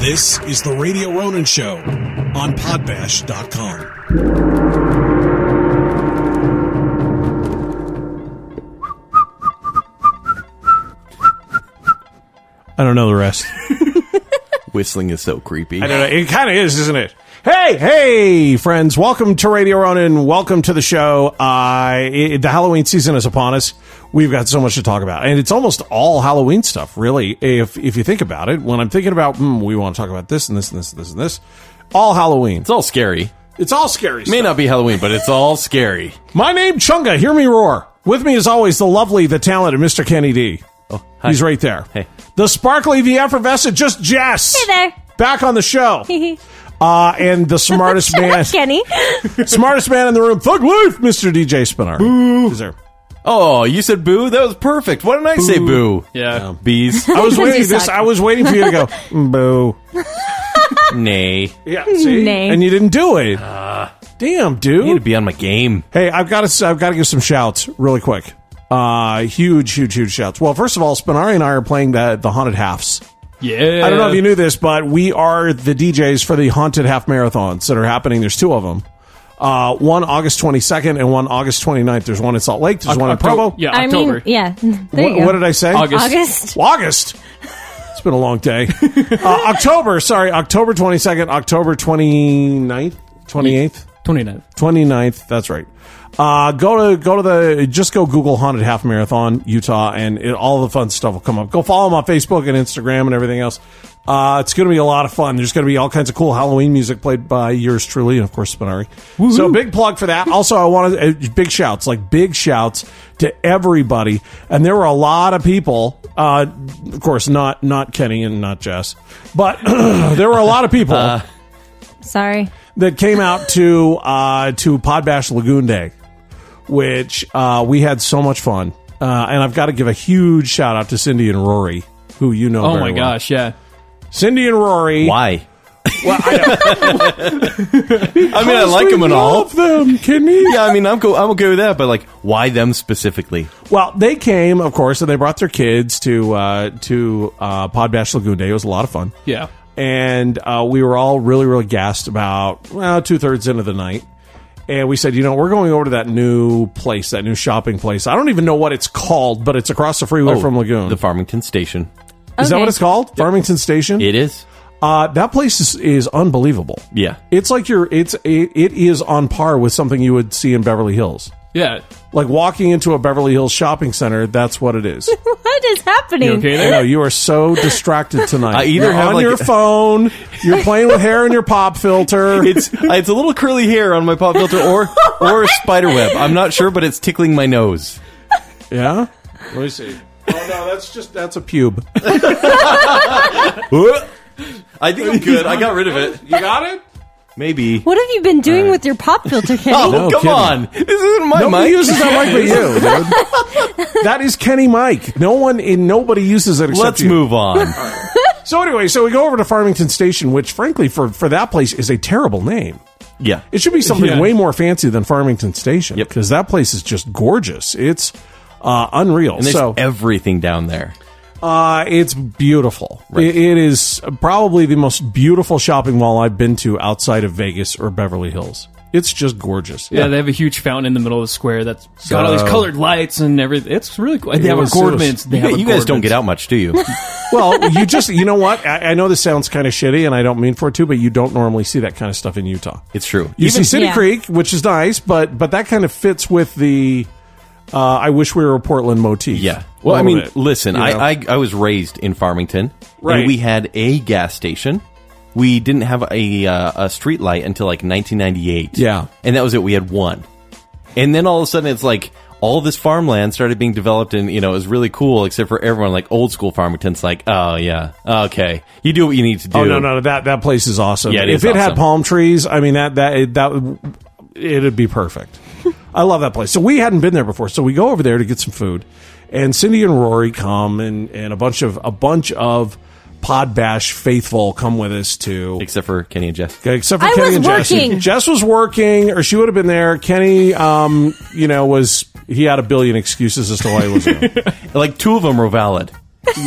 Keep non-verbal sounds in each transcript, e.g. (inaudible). This is the Radio Ronin Show on Podbash.com. I don't know the rest. Whistling is so creepy. I don't know. It kind of is, isn't it? Hey, hey, friends! Welcome to Radio Ronin. Welcome to the show. Uh, i the Halloween season is upon us. We've got so much to talk about, and it's almost all Halloween stuff, really. If if you think about it, when I'm thinking about, hmm, we want to talk about this and this and this and this and this, all Halloween. It's all scary. It's all scary. May stuff. not be Halloween, but it's all scary. My name Chunga. Hear me roar. With me, as always, the lovely, the talented Mr. Kenny D. Oh, hi. he's right there. (laughs) Hey. the sparkly, the effervescent, just Jess. Hey there. Back on the (laughs) show. Uh, and the smartest Shut man, (laughs) up, Kenny. smartest man in the room, Thug Life, Mr. DJ Spinner. Is there? Oh, you said boo? That was perfect. Why didn't I say boo? Yeah. (laughs) Bees. I was Because waiting. you This, suck. I was waiting for you to go. "Mm, Boo. Nay. Yeah. See? Nay. And you didn't do it. Damn, dude. I need to be on my game. Hey, I've got to I've got to give some shouts really quick. Uh, huge, huge, huge shouts. Well, first of all, Spinari and I are playing the the haunted halves. Yeah. I don't know if you knew this, but we are the DJs for the haunted half marathons that are happening. There's two of them. Uh, one August 22nd and one August 29th. There's one in Salt Lake. There's one in Provo. Yeah, I October. mean, yeah. (laughs) There you What, go. what did I say? August. August. August. It's been a long (laughs) day. uh, October. Sorry, October 22nd, October 29th, 28th. 29th. 29th. That's right. Uh, go to go to the just go Google haunted half marathon Utah and it, all the fun stuff will come up. Go follow them on Facebook and Instagram and everything else. Uh, it's going to be a lot of fun. There's going to be all kinds of cool Halloween music played by yours truly and of course Spinari. So big plug for that. Also, I want to uh, big shouts like big shouts to everybody. And there were a lot of people. Uh, of course, not not Kenny and not Jess, but (clears throat) there were a lot of people Sorry. that came out to uh, to Podbash Lagoon Day, which uh, we had so much fun. Uh, and I've got to give a huge shout out to Cindy and Rory, who you know. Oh very my well. gosh, yeah. Cindy and Rory. Why? Well, (laughs) I, know. I mean, I like them and all. Love them, Kenny. Yeah, I mean, I'm cool. I'm okay with that, but like, why them specifically? Well, they came, of course, and they brought their kids to uh, to uh, Podbash Lagoon Day. It was a lot of fun. Yeah. and uh, we were all really, really gassed about well, two thirds into the night. And we said, you know, we're going over to that new place, that new shopping place. I don't even know what it's called, but it's across the freeway from Lagoon. Oh, The Farmington Station. is that Okay. what it's called? Farmington Station. It is. Uh, that place is, is unbelievable. (laughs) Yeah. It's like you're. It's it, it is on par with something you would see in Beverly Hills. Yeah. Like walking into a Beverly Hills shopping center, that's what it (laughs) is. (laughs) What is happening? You okay I know there? you are so distracted tonight. I either You're have, on like- your phone, you're playing with hair in your pop (laughs) filter. It's it's a little curly hair on my pop filter, or or a spider web. I'm not sure, but it's tickling my (laughs) nose. Yeah. Let me see. Oh no, that's just that's a pube. I think I'm good. I got rid of it. You got it? Maybe. What have you been doing with your (laughs) pop filter, Kenny? Oh, No come kidding. on. This isn't (laughs) my Nobody mic. uses that mic but you, dude. That is Kenny Mike. No one in nobody uses it except (laughs) Let's you. move on. So anyway, so we go over to Farmington Station, which frankly for for that place is a terrible name. yeah. It should be something Yeah. way more fancy than Farmington Station. Yep. Because that place is just gorgeous. It's uh, unreal. And there's so everything down there. Uh, it's beautiful. Right. It, it is probably the most beautiful shopping mall I've been to outside of Vegas or Beverly Hills. It's just gorgeous. Yeah, they have a huge fountain in the middle of the square that's got all these So- colored lights and everything. It's really cool. They have was- gourmets. They You, have guys- you guys don't gourmets. get out much, (laughs) do you? Well, you just, you know what? I, I know this sounds kind of shitty and I don't mean for it to, but you don't normally see that kind of stuff in Utah. It's true. You see City Yeah. Creek, which is nice, but, but that kind of fits with the, uh, I wish we were a Portland motif. Yeah. A Well, I little mean, bit, listen, you know? I, I I was raised in Farmington, Right. and we had a gas station. We didn't have a uh, a street light until like 1998. Yeah. and that was it. We had one, and then all of a sudden it's like all this farmland started being developed, and you know it was really cool. Except for everyone, like old school Farmington's, like, oh yeah, okay, you do what you need to do. Oh no, no, that that place is awesome. Yeah, it if is it had awesome. palm trees, I mean that that it, that would- it'd be perfect. I love that place. So we hadn't been there before, so we go over there to get some food, and Cindy and Rory come, and and a bunch of a bunch of Pod Bash faithful come with us too. Except for Kenny and Jeff. Okay, except for I Kenny was and Jess. working. Jess was working, or she would have been there. Kenny, (laughs) um, you know, was he had a billion excuses as to why he was. Like two of them were valid.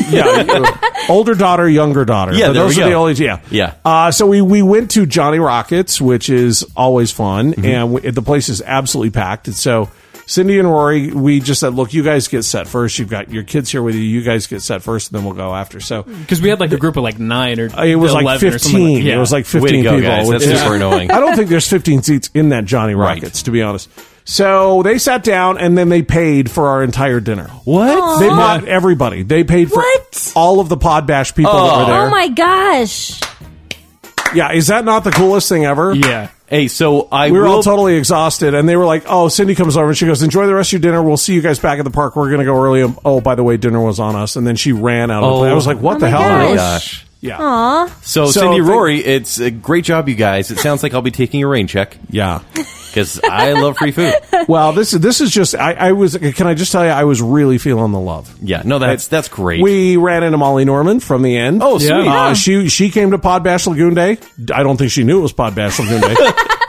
yeah, (laughs) older daughter, younger daughter. Yeah, But there those we are the go. only yeah Yeah. Uh, so we we went to Johnny Rockets, which is always fun, Mm-hmm. and we, the place is absolutely packed. And so Cindy and Rory, we just said, look, you guys get set first. You've got your kids here with you. You guys get set first, and then we'll go after. So uh, Because we had like a group of like nine or it was 11 like or something. fifteen. Like, yeah. It was like Way fifteen to go, people. guys. which That's is- (laughs) super annoying. I don't think there's 15 seats in that Johnny Rockets, to be honest. So they sat down and then they paid for our entire dinner. What? They bought everybody. They paid for What? all of the Pod Bash people that were there. Oh my gosh. yeah, is that not the coolest thing ever? yeah. Hey, so I We were will, all totally exhausted, and they were like, "Oh, Cindy comes over and she goes, enjoy the rest of your dinner. We'll see you guys back at the park. We're gonna go early. Um, Oh, by the way, dinner was on us." And then she ran out of the Oh. place. I was like, "What Oh the my hell?" gosh. Oh my gosh. Yeah, So, So Cindy thank- Rory, it's a great job, you guys. It sounds like I'll be taking a rain check (laughs) yeah. because I love free (laughs) food. well, this is this is just. I, I was. Can I just tell you? I was really feeling the love. Yeah, no, that's that's great. We ran into Molly Norman from the end. oh, sweet. Yeah. Uh, she she came to Pod Bash Lagoon Day. I don't think she knew it was Pod Bash Lagoon (laughs) Day,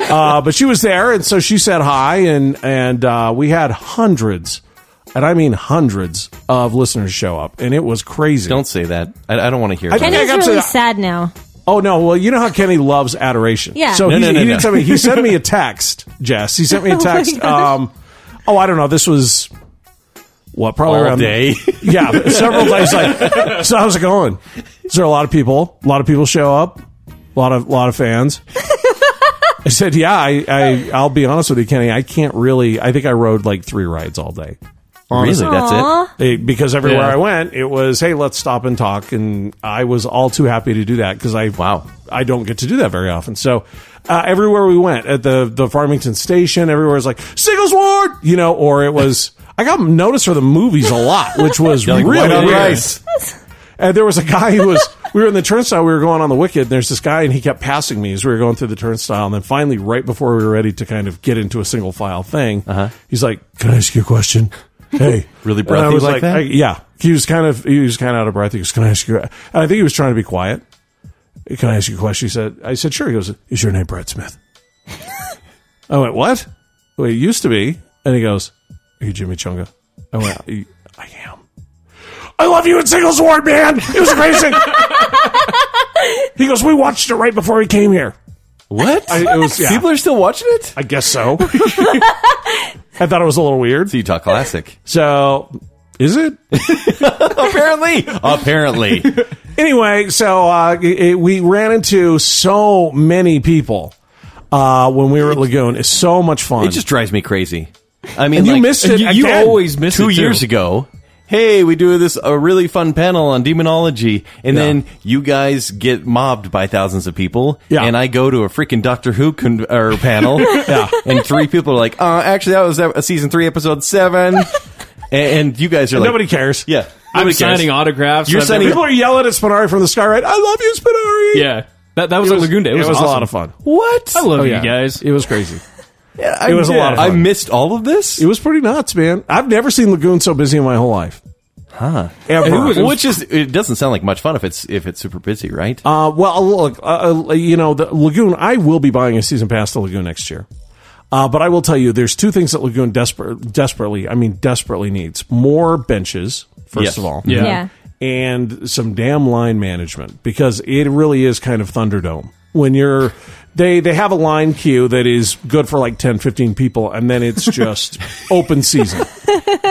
uh, but she was there, and so she said hi, and and uh, we had hundreds, and I mean hundreds of listeners show up, and it was crazy. Don't say that. I, I don't want to hear. I that. think Kenny's got to really the- sad now. Oh no! Well, you know how Kenny loves adoration. Yeah. So No, he, no, no, he no. didn't send (laughs) me. He sent me a text, Jess. He (laughs) sent me a my text. gosh. um, oh, I don't know. This was what probably All around day. (laughs) Yeah, but several days. Like, so how's it going? Is there a lot of people? A lot of people show up. A lot of lot of fans. I said, yeah. I, I I'll be honest with you, Kenny. I can't really. I think I rode like three rides all day. Really, that's Aw. it. They- because everywhere Yeah. I went, it was, hey, let's stop and talk. And I was all too happy to do that because I Wow. I don't get to do that very often. So uh, everywhere we went at the the Farmington station, everywhere was like Singles Ward, you know, or it was. I got noticed for the movies a lot, which was (laughs) You're like, really white on weird. rice. And there was a guy who was, (laughs) we were in the turnstile, we were going on the wicked, and there's this guy, and he kept passing me as we were going through the turnstile. And then finally, right before we were ready to kind of get into a single file thing, he's like, Can I ask you a question? Hey. Uh-huh. (laughs) Really And I breathy was like that? I- yeah. He was kind of, he was kind of out of breath. He goes, Can I ask you? a-" And I think he was trying to be quiet. Can I ask you a question? He said, I said, Sure. He goes, Is your name Brad Smith? (laughs) I went, What? Well, it used to be. And he goes, Are you Jimmy Chunga? I went, I I am. I love you in Singles Ward, man. It was amazing. he goes, we watched it right before we came here. What? I, it was, yeah, People are still watching it. I guess so. (laughs) I thought it was a little weird. It's (laughs) Utah Classic. So, is it? Apparently, apparently. anyway, so uh, it, it- we ran into so many people uh, when we were at Lagoon. It's so much fun. It just drives me crazy. I mean, And you like, missed it You, you again. always miss two it, too. years ago. Hey, we do this a really fun panel on demonology, and then you guys get mobbed by thousands of people. Yeah. and I go to a freaking Doctor Who con- or (laughs) panel. yeah, and three people are like, "Uh, actually, that was uh, season three, (laughs) episode seven. and, and you guys are like, Nobody cares. Yeah, I'm nobody cares. signing autographs. You're I've signing- never- People are yelling at Spinari from the sky, right? I love you, Spinari. (laughs) Yeah. That, that was, a Lagoon Day. It was, a lot awesome. of fun. What? I love Oh, you yeah. guys. It was crazy. I, It was a lot of I fun. missed all of this, It was pretty nuts, man. I've never seen Lagoon so busy in my whole life. Huh? Ever. Who was- it which is it doesn't sound like much fun if it's if it's super busy, right? uh, well, look, uh, uh, you know, the Lagoon. I will be buying a season pass to Lagoon next year. Uh, but I will tell you, there's two things that Lagoon desperate, desperately, I mean, desperately needs more benches. First Yes. of all, Yeah. Yeah. and some damn line management because it really is kind of Thunderdome. When you're they they have a line queue that is good for like 10 15 people and then it's just (laughs) open season.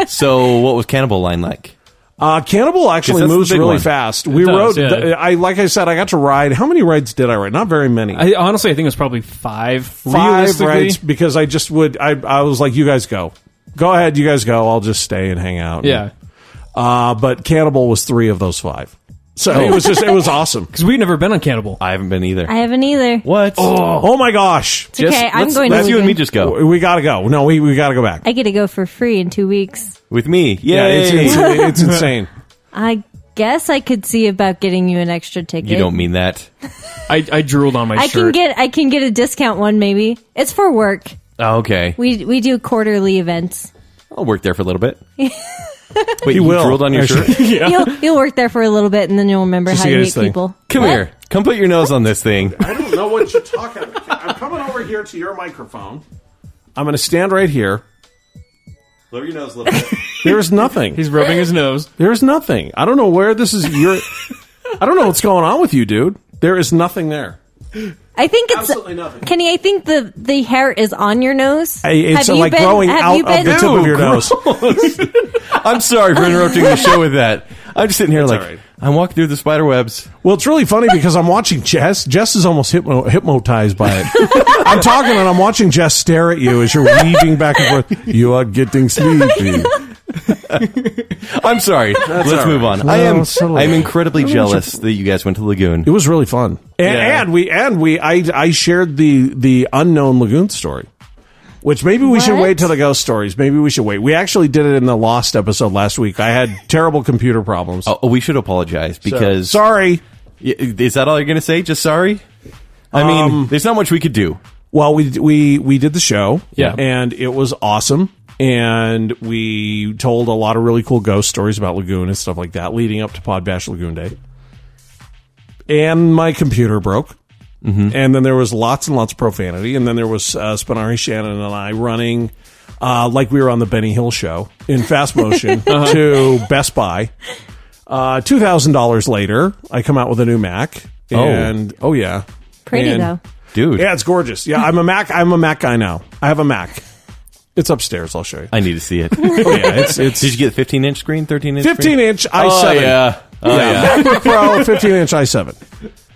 so, what was Cannibal Line like? Uh, Cannibal actually Yes, that's moves the big really one. fast. We rode. does, yeah. th- I like I said, I got to ride. How many rides did I ride? Not very many. I, honestly, I think it was probably five. Five realistically. rides because I just would. I I was like, you guys go, go ahead, you guys go. I'll just stay and hang out. Yeah. Uh, but Cannibal was three of those five. So it was just it was awesome. Because we've never been on Cannibal. I haven't been either. I haven't either. what? Oh my gosh, It's okay. I'm let's- going let's to. you and me Lagoon. just go we gotta go. No, we we gotta go back. I get to go for free in two weeks. with me. yeah, it's, Yay. it's, it's insane. I guess I could see about getting you an extra ticket. you don't (laughs) mean that. I, I drooled on my I can shirt. get I can get a discount one maybe. It's for work. Oh, okay, We we do quarterly events. I'll work there for a little (laughs) bit. Wait, you will. drooled on your (laughs) shirt. You'll you'll work there for a little bit and then you'll remember Just to how to get meet his thing. people. Come here. Come put your nose on this thing. I don't know what you're talking about. I'm coming over here to your microphone. I'm gonna stand right here. Lower your nose a little bit. There's nothing. He's rubbing his nose. There's nothing. I don't know where this is. You're. I don't know what's going on with you, dude. There is nothing there. I think it's Absolutely nothing. Kenny. I think the the hair is on your nose. I- It's uh, have you like been, growing have out you been, of the (laughs) tip of your nose. I'm sorry for interrupting the show with that. I'm just sitting here like all right. I'm walking through the spider webs. (laughs) Well, it's really funny because I'm watching Jess. Jess is almost hypno- hypnotized by it. I'm talking and I'm watching Jess stare at you as you're weaving back and forth. You are getting sleepy. I'm sorry. Let's all move right. on. I am Well, so- I'm incredibly jealous that you guys went to Lagoon. It was really fun, and, Yeah. and we and we I I shared the the unknown lagoon story, which maybe we should What? wait till the ghost stories. Maybe we should wait. We actually did it in the lost episode last week. I had terrible computer problems. Oh, we should apologize because Sorry. Y- Is that all you're going to say? Just sorry? I mean, Um, there's not much we could do. Well, we we we did the show, Yeah. and it was awesome. And we told a lot of really cool ghost stories about Lagoon and stuff like that, leading up to Podbash Lagoon Day. And my computer broke, and then there was lots and lots of profanity, and then there was uh, Spinari Shannon and I running. Uh, like we were on the Benny Hill show in fast motion to Best Buy. Uh, Two thousand dollars later, I come out with a new Mac, and oh, yeah, Pretty And- though. Dude, yeah, it's gorgeous. Yeah, I'm a Mac. I'm a Mac guy now. I have a Mac. It's upstairs. I'll show you. I need to see it. Oh yeah, it's (laughs) it's Did you get 15 inch screen, 13 inch? 15 inch Oh, i7. yeah. Oh, yeah. Yeah, MacBook Pro, 15 inch i7.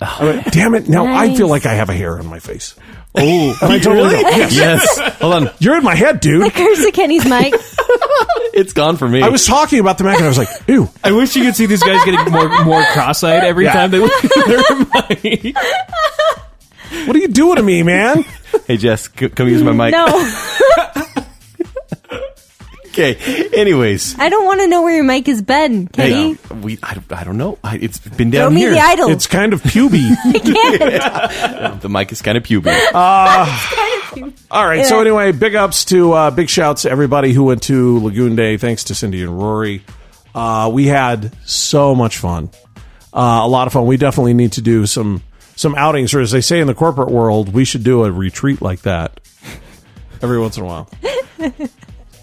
I went, Damn it! Now I Nice. feel like I have a hair on my face. (laughs) Oh, And I totally don't. Yes, yes. Hold on. you're in my head, dude. Curse to (laughs) Kenny's mic. It's gone for me. I was talking about the Mac and I was like, ew. I wish you could see these guys getting more more cross-eyed every Yeah. time they look at their (laughs) mic. What are you doing to me, man? hey, Jess, c- come use my mic. No, (laughs) Okay. Anyways. I don't want to know where your mic has been, Kenny. Hey, we, I, don't- I don't know. I, it's been Throw down me here. the idol. It's kind of puby. (laughs) The mic is kind of (laughs) pubic. All right. So anyway, big ups to uh, big shouts to everybody who went to Lagoon Day. Thanks to Cindy and Rory. Uh, we had so much fun, uh, a lot of fun. We definitely need to do some some outings, or as they say in the corporate world, we should do a retreat like that every once in a while. Uh,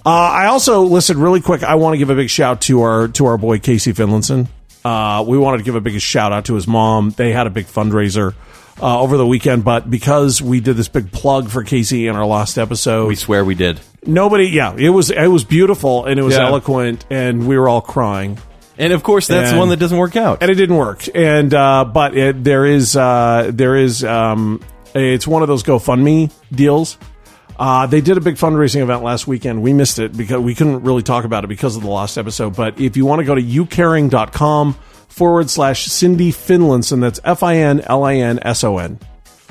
I also listen really quick. I want to give a big shout to our to our boy Casey Finlinson. Uh, we wanted to give a big shout out to his mom. They had a big fundraiser uh, over the weekend, but because we did this big plug for Casey in our last episode, we swear we did. nobody. Yeah, it was it was beautiful and it was Yeah. eloquent, and we were all crying And of course, that's And- the one that doesn't work out. and it didn't work. And uh, but it, there is uh, there is um, it's one of those GoFundMe deals. Uh, they did a big fundraising event last weekend. We missed it because we couldn't really talk about it because of the last episode. But if you want to go to youcaring.com forward slash Cindy Finlinson, that's F I N L I N S O N.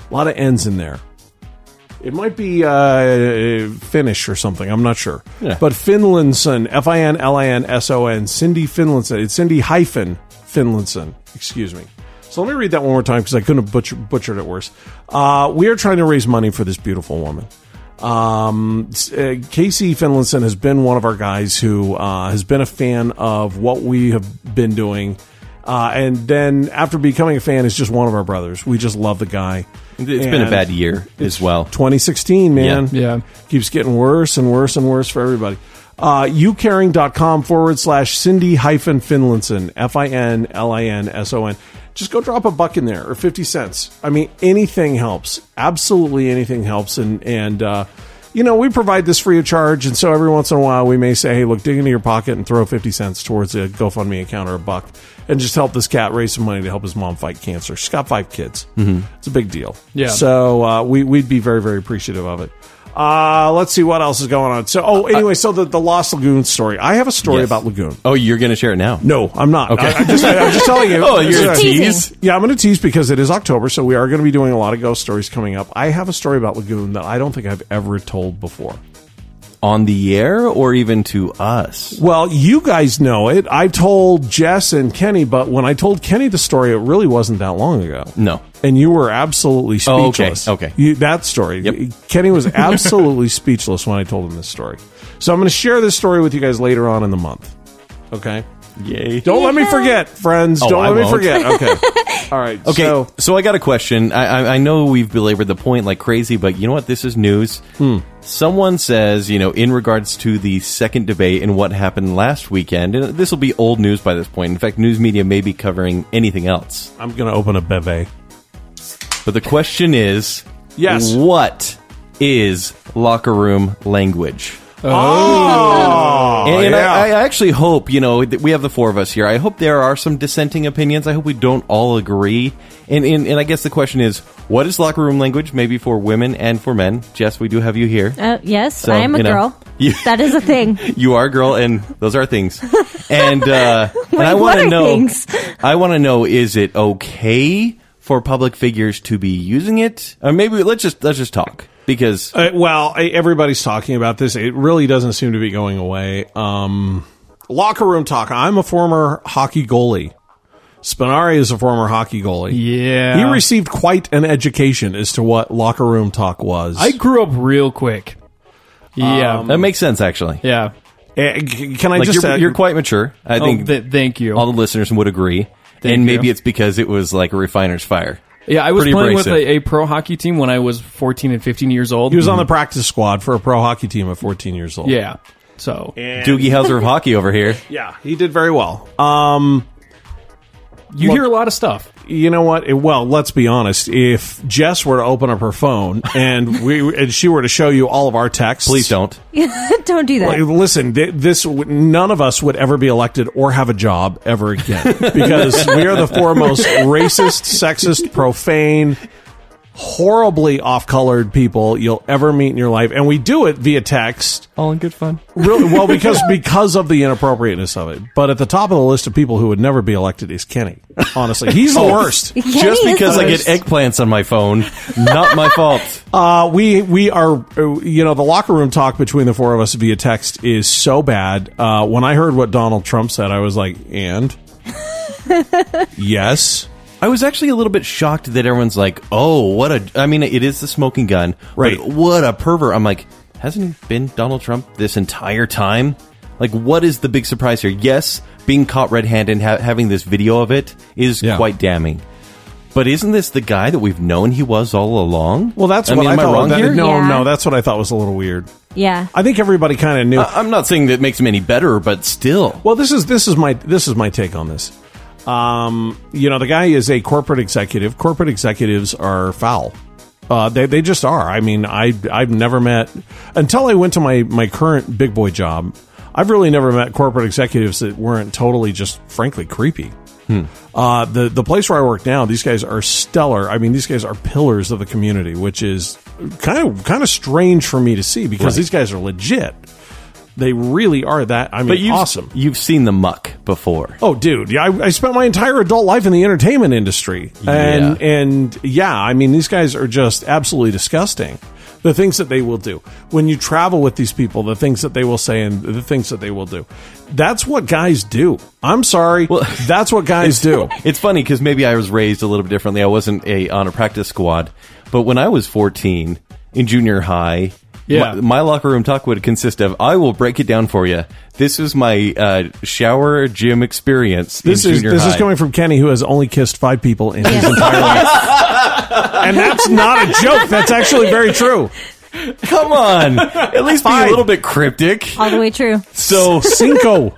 A lot of N's in there. It might be uh, Finnish or something. I'm not sure. Yeah. But Finlinson, F I N L I N S O N, Cindy Finlinson. It's Cindy hyphen Finlinson. Excuse me. So let me read that one more time because I couldn't have butcher, butchered it worse. Uh, we are trying to raise money for this beautiful woman. Um, s- uh, Casey Finlinson has been one of our guys who uh, has been a fan of what we have been doing. Uh, and then after becoming a fan, is just one of our brothers. We just love the guy. It's been a And- bad year as well. 2016, man. Yeah. Yeah. Keeps getting worse and worse and worse for everybody. Uh, youcaring.com forward slash Cindy hyphen Finlinson, F I N L I N S O N. Just go drop a buck in there or 50 cents. I mean, anything helps. Absolutely anything helps. And, and, uh, you know, we provide this free of charge. And so every once in a while we may say, hey, look, dig into your pocket and throw 50 cents towards a GoFundMe account or a buck and just help this cat raise some money to help his mom fight cancer. She's got five kids. It's a big deal. Yeah. So, so uh, we we'd be very very appreciative of it. Uh, let's see what else is going on. So oh anyway, so the the Lost Lagoon story. I have a story Yes. about Lagoon. Oh, you're going to share it now? No, I'm not. Okay. I, am just, I, am just telling you. (laughs) Oh, you're a Just teasing. tease? Yeah, I'm going to tease because it is October, so we are going to be doing a lot of ghost stories coming up. I have a story about Lagoon that I don't think I've ever told before. On the air or even to us? Well, you guys know it. I told Jess and Kenny, but when I told Kenny the story, it really wasn't that long ago. No. and you were absolutely Oh, okay, speechless. okay. You, that story. Yep. Kenny (laughs) was absolutely speechless when I told him this story. So I'm going to share this story with you guys later on in the month. Okay. Yay. Don't let me forget, friends. Oh, Don't I let me won't. (laughs) forget. Okay. All right. Okay, so, So, I got a question. I, I, I know we've belabored the point like crazy, but you know what? This is news. Someone says, you know, in regards to the second debate and what happened last weekend, and this will be old news by this point. In fact, news media may be covering anything else. I'm going to open a beve. But the question is, Yes. what is locker room language? Oh, and and yeah. I, I actually hope, you know, that we have the four of us here. I hope there are some dissenting opinions. I hope we don't all agree. And, and, and I guess the question is, what is locker room language? Maybe for women and for men. Jess, we do have you here. Uh, yes, So, I am a you know, girl. you- that is a thing. (laughs) You are a girl, and those are things. And, uh, and I want Wait, what to are know. things? I want to know: is it okay for public figures to be using it, or maybe let's just let's just talk because Uh, well, I- everybody's talking about this. It really doesn't seem to be going away. Um, locker room talk. I'm a former hockey goalie. Spinari is a former hockey goalie. Yeah. He received quite an education as to what locker room talk was. I grew up real quick. Yeah. that makes sense. Actually, yeah. Eh, c- can I like just you're, uh, you're quite mature. I Oh, think th- thank you. all the listeners would agree, and maybe you. it's because it was like a refiner's fire. yeah, I was pretty playing with abrasive. a, a pro hockey team when I was 14 and 15 years old. Mm-hmm. he was Mm-hmm. on the practice squad for a pro hockey team at 14 years old. yeah. So Doogie Howser of hockey over here. Yeah, he did very well. Um, you hear a lot of stuff. you know what? It- well, let's be honest. If Jess were to open up her phone and we and she were to show you all of our texts, (laughs) Please don't. Don't do that. Like, listen, th- this would- none of us would ever be elected or have a job ever again because we are the four most racist, sexist, profane, horribly off-colored people you'll ever meet in your life, and we do it via text. All in good fun. Really, (laughs) well, because because of the inappropriateness of it. But at the top of the list of people who would never be elected is Kenny. Honestly, he's the worst. Kenny just is because the I get worst. eggplants on my phone, not my (laughs) fault. Uh, we we are uh, you know the locker room talk between the four of us via text is so bad. Uh, when I heard what Donald Trump said, I was like, and yes, I was actually a little bit shocked that everyone's like, "Oh, what a!" I mean, it is the smoking gun, but Right. what a pervert! I'm like, hasn't he been Donald Trump this entire time? Like, what is the big surprise here? Yes, being caught red-handed and ha- having this video of it is Yeah. quite damning. But isn't this the guy that we've known he was all along? well that's I what mean, I am thought. I wrong That- here? No, Yeah. no, that's what I thought was a little weird. yeah. I think everybody kind of knew. I- I'm not saying that makes him any better, but still, Well, this is this is my this is my take on this. Um, you know, the guy is a corporate executive. Corporate executives are foul. Uh, they they just are. I mean, I I've never met until I went to my my current big boy job. I've really never met corporate executives that weren't totally just frankly creepy. Uh, the the place where I work now, these guys are stellar. I mean, these guys are pillars of the community, which is kind of kind of strange for me to see because these guys are legit. They really are that. I mean, you've, awesome. You've seen the muck before. Oh, dude! Yeah, I, I spent my entire adult life in the entertainment industry, and Yeah. and yeah, I mean these guys are just absolutely disgusting. The things that they will do when you travel with these people, the things that they will say, and the things that they will do. That's what guys do. I'm sorry, that's what guys do. It's funny because maybe I was raised a little bit differently. I wasn't a on a practice squad, but when I was 14 in junior high, Yeah. my, my locker room talk would consist of I will break it down for you. This is my uh, shower gym experience. This in is junior this is high. coming from Kenny, who has only kissed five people in his Yes. entire life, and that's not a joke. That's actually very true. (laughs) Come on, at least be a Fine. little bit cryptic. (laughs) All the way true. So cinco,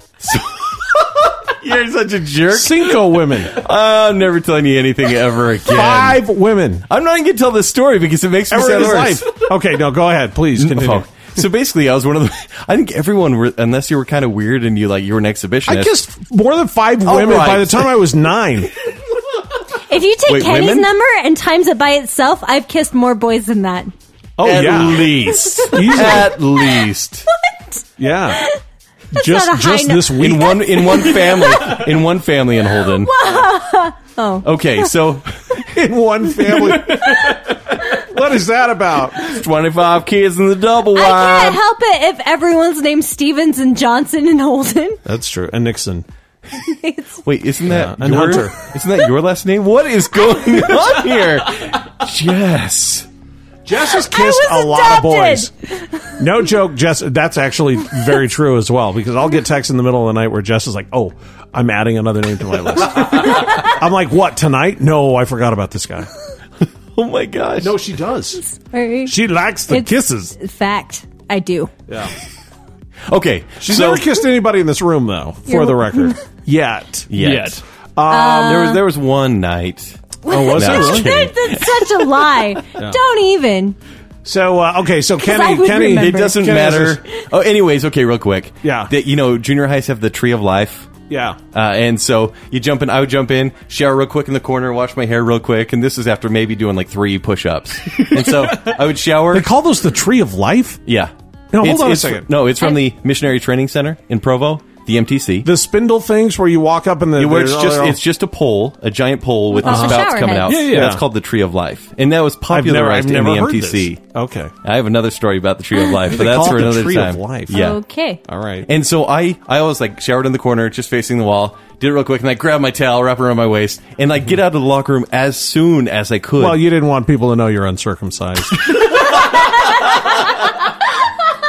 You're such a jerk. cinco women, I'm never telling you anything ever again. five women. I'm not even gonna tell this story because it makes me Ever in sound his worse. life. Okay, no, go ahead, please continue. (laughs) Oh. So basically, I was one of the. (laughs) I think everyone, were, unless you were kind of weird and you like you were an exhibitionist. I kissed more than five women right. by the time I was nine. If you take Wait, Kenny's women? number and times it by itself, I've kissed more boys than that. Oh at yeah, least. Easily. (laughs) at least. yeah. not Just a high just nu- this week. In one in one family. In one family in Holden. Oh. Okay, so (laughs) in one family. what is that about? twenty five kids in the double I wide. can't help it if everyone's named Stevens and Johnson and Holden. (laughs) That's true. And Nixon. Wait, isn't that Yeah, and your Hunter. isn't that your last name? What is going on here? Yes. Jess has kissed I was a lot of boys. adopted. No joke, Jess. That's actually very true as well because I'll get texts in the middle of the night where Jess is like, "Oh, I'm adding another name to my list." I'm like, "What tonight? No, I forgot about this guy." Oh my gosh. No, she does. Sorry. She likes the It's- kisses. Fact. I do. Yeah. Okay. She's so, never kissed anybody in this room, though, for You're- the record. (laughs) Yet. Yet. Um, Yet. there was there was one night. Oh, was No, it I'm really? just kidding. That- That's such a (laughs) lie. Don't even. So, uh, okay, so I Kenny, would Kenny, remember. It doesn't Kenny has matter. this- Oh, anyways, okay, real quick. Yeah. That you know, junior highs have the tree of life. Yeah. Uh, and so you jump in. I would jump in, shower real quick in the corner, wash my hair real quick, and this is after maybe doing like three push-ups. (laughs) and so I would shower. They call those the tree of life? yeah. No, hold on a it's, second. No, it's from the Missionary Training Center in Provo, the MTC. The spindle things where you walk up and the. Yeah, where it's they're- just it's just a pole, a giant pole with Uh-huh. the spouts Shower coming head. out. Yeah, yeah. That's called the Tree of Life, and that was I've never, popularized I've never in the heard MTC. this. Okay. I have another story about (laughs) the Tree of Life, but They call that's it for the another Tree of time. Life. Yeah. Uh, Okay. All right. And so I, I always like showered in the corner, just facing the wall, did it real quick, and I grabbed my towel, wrap it around my waist, and like get out of the locker room as soon as I could. well, you didn't want people to know you're (laughs) uncircumcised.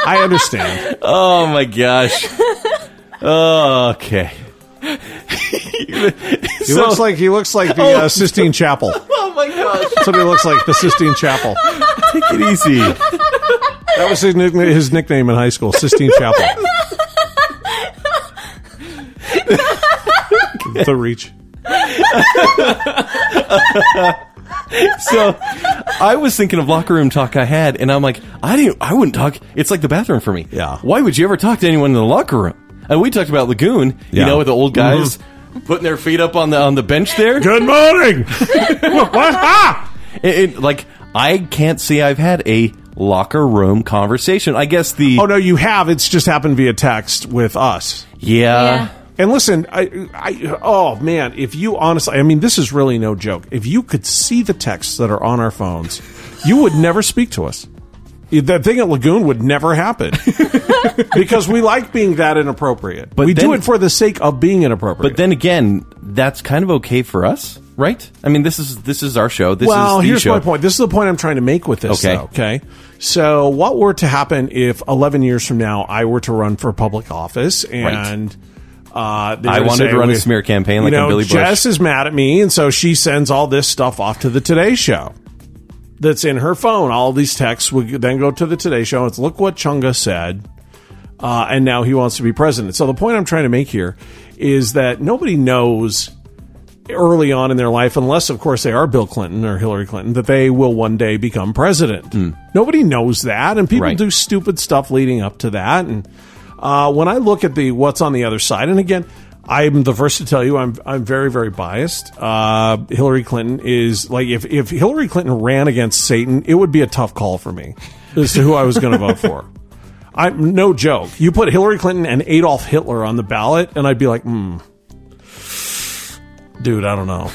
I understand. oh my (laughs) gosh. okay. He looks like he looks like the uh, Sistine Chapel. (laughs) Oh my gosh. Somebody looks like the Sistine Chapel. Take it easy. That was his, nickna- his nickname in high school, Sistine (laughs) Chapel. the reach. so I was thinking of locker room talk I had, and I'm like, I didn't, I wouldn't talk. It's like the bathroom for me. Yeah. Why would you ever talk to anyone in the locker room? And we talked about Lagoon, Yeah. Mm-hmm. you know, with the old guys putting their feet up on the on the bench there. Good morning. (laughs) what? Ah! It- it- like I can't say I've had a locker room conversation. I guess the Oh no, you have. It's just happened via text with us. yeah. And listen, I, I, oh man, if you honestly, I mean, this is really no joke. If you could see the texts that are on our phones, you would never speak to us. That thing at Lagoon would never happen (laughs) because we like being that inappropriate. But But we do then- it for the sake of being inappropriate. But then again, that's kind of okay for us, right? I mean, this is this is our show. This well, is the here's show. my point. This is the point I'm trying to make with this. Okay. though, okay. So, what were to happen if 11 years from now I were to run for public office and uh, they're I gonna wanted to say, run a we- smear campaign like you I'm know, Billy Bush. Jess is mad at me, and so she sends all this stuff off to the Today Show. That's in her phone. All these texts would then go to the Today Show. It's look what Chunga said uh, and now he wants to be president. So the point I'm trying to make here is that nobody knows early on in their life, unless of course they are Bill Clinton or Hillary Clinton, that they will one day become president. Nobody knows that, and people Right. do stupid stuff leading up to that. And uh, when I look at the what's on the other side, and again. I'm the first to tell you I'm I'm very very biased. Uh, Hillary Clinton is like if if Hillary Clinton ran against Satan, it would be a tough call for me as to who I was going to vote for. I no joke. You put Hillary Clinton and Adolf Hitler on the ballot, and I'd be like, hmm, dude, I don't know.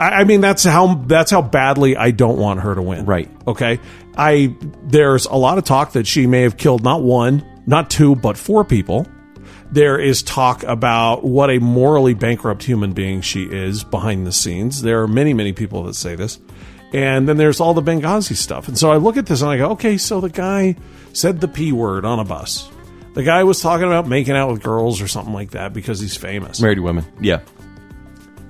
I, I mean, that's how that's how badly I don't want her to win. Right. Okay. I there's a lot of talk that she may have killed not one, not two, but four people. There is talk about what a morally bankrupt human being she is behind the scenes. There are many, many people that say this. And then there's all the Benghazi stuff. And so I look at this and I go, okay, so the guy said the P word on a bus. The guy was talking about making out with girls or something like that because he's famous Married women. Yeah.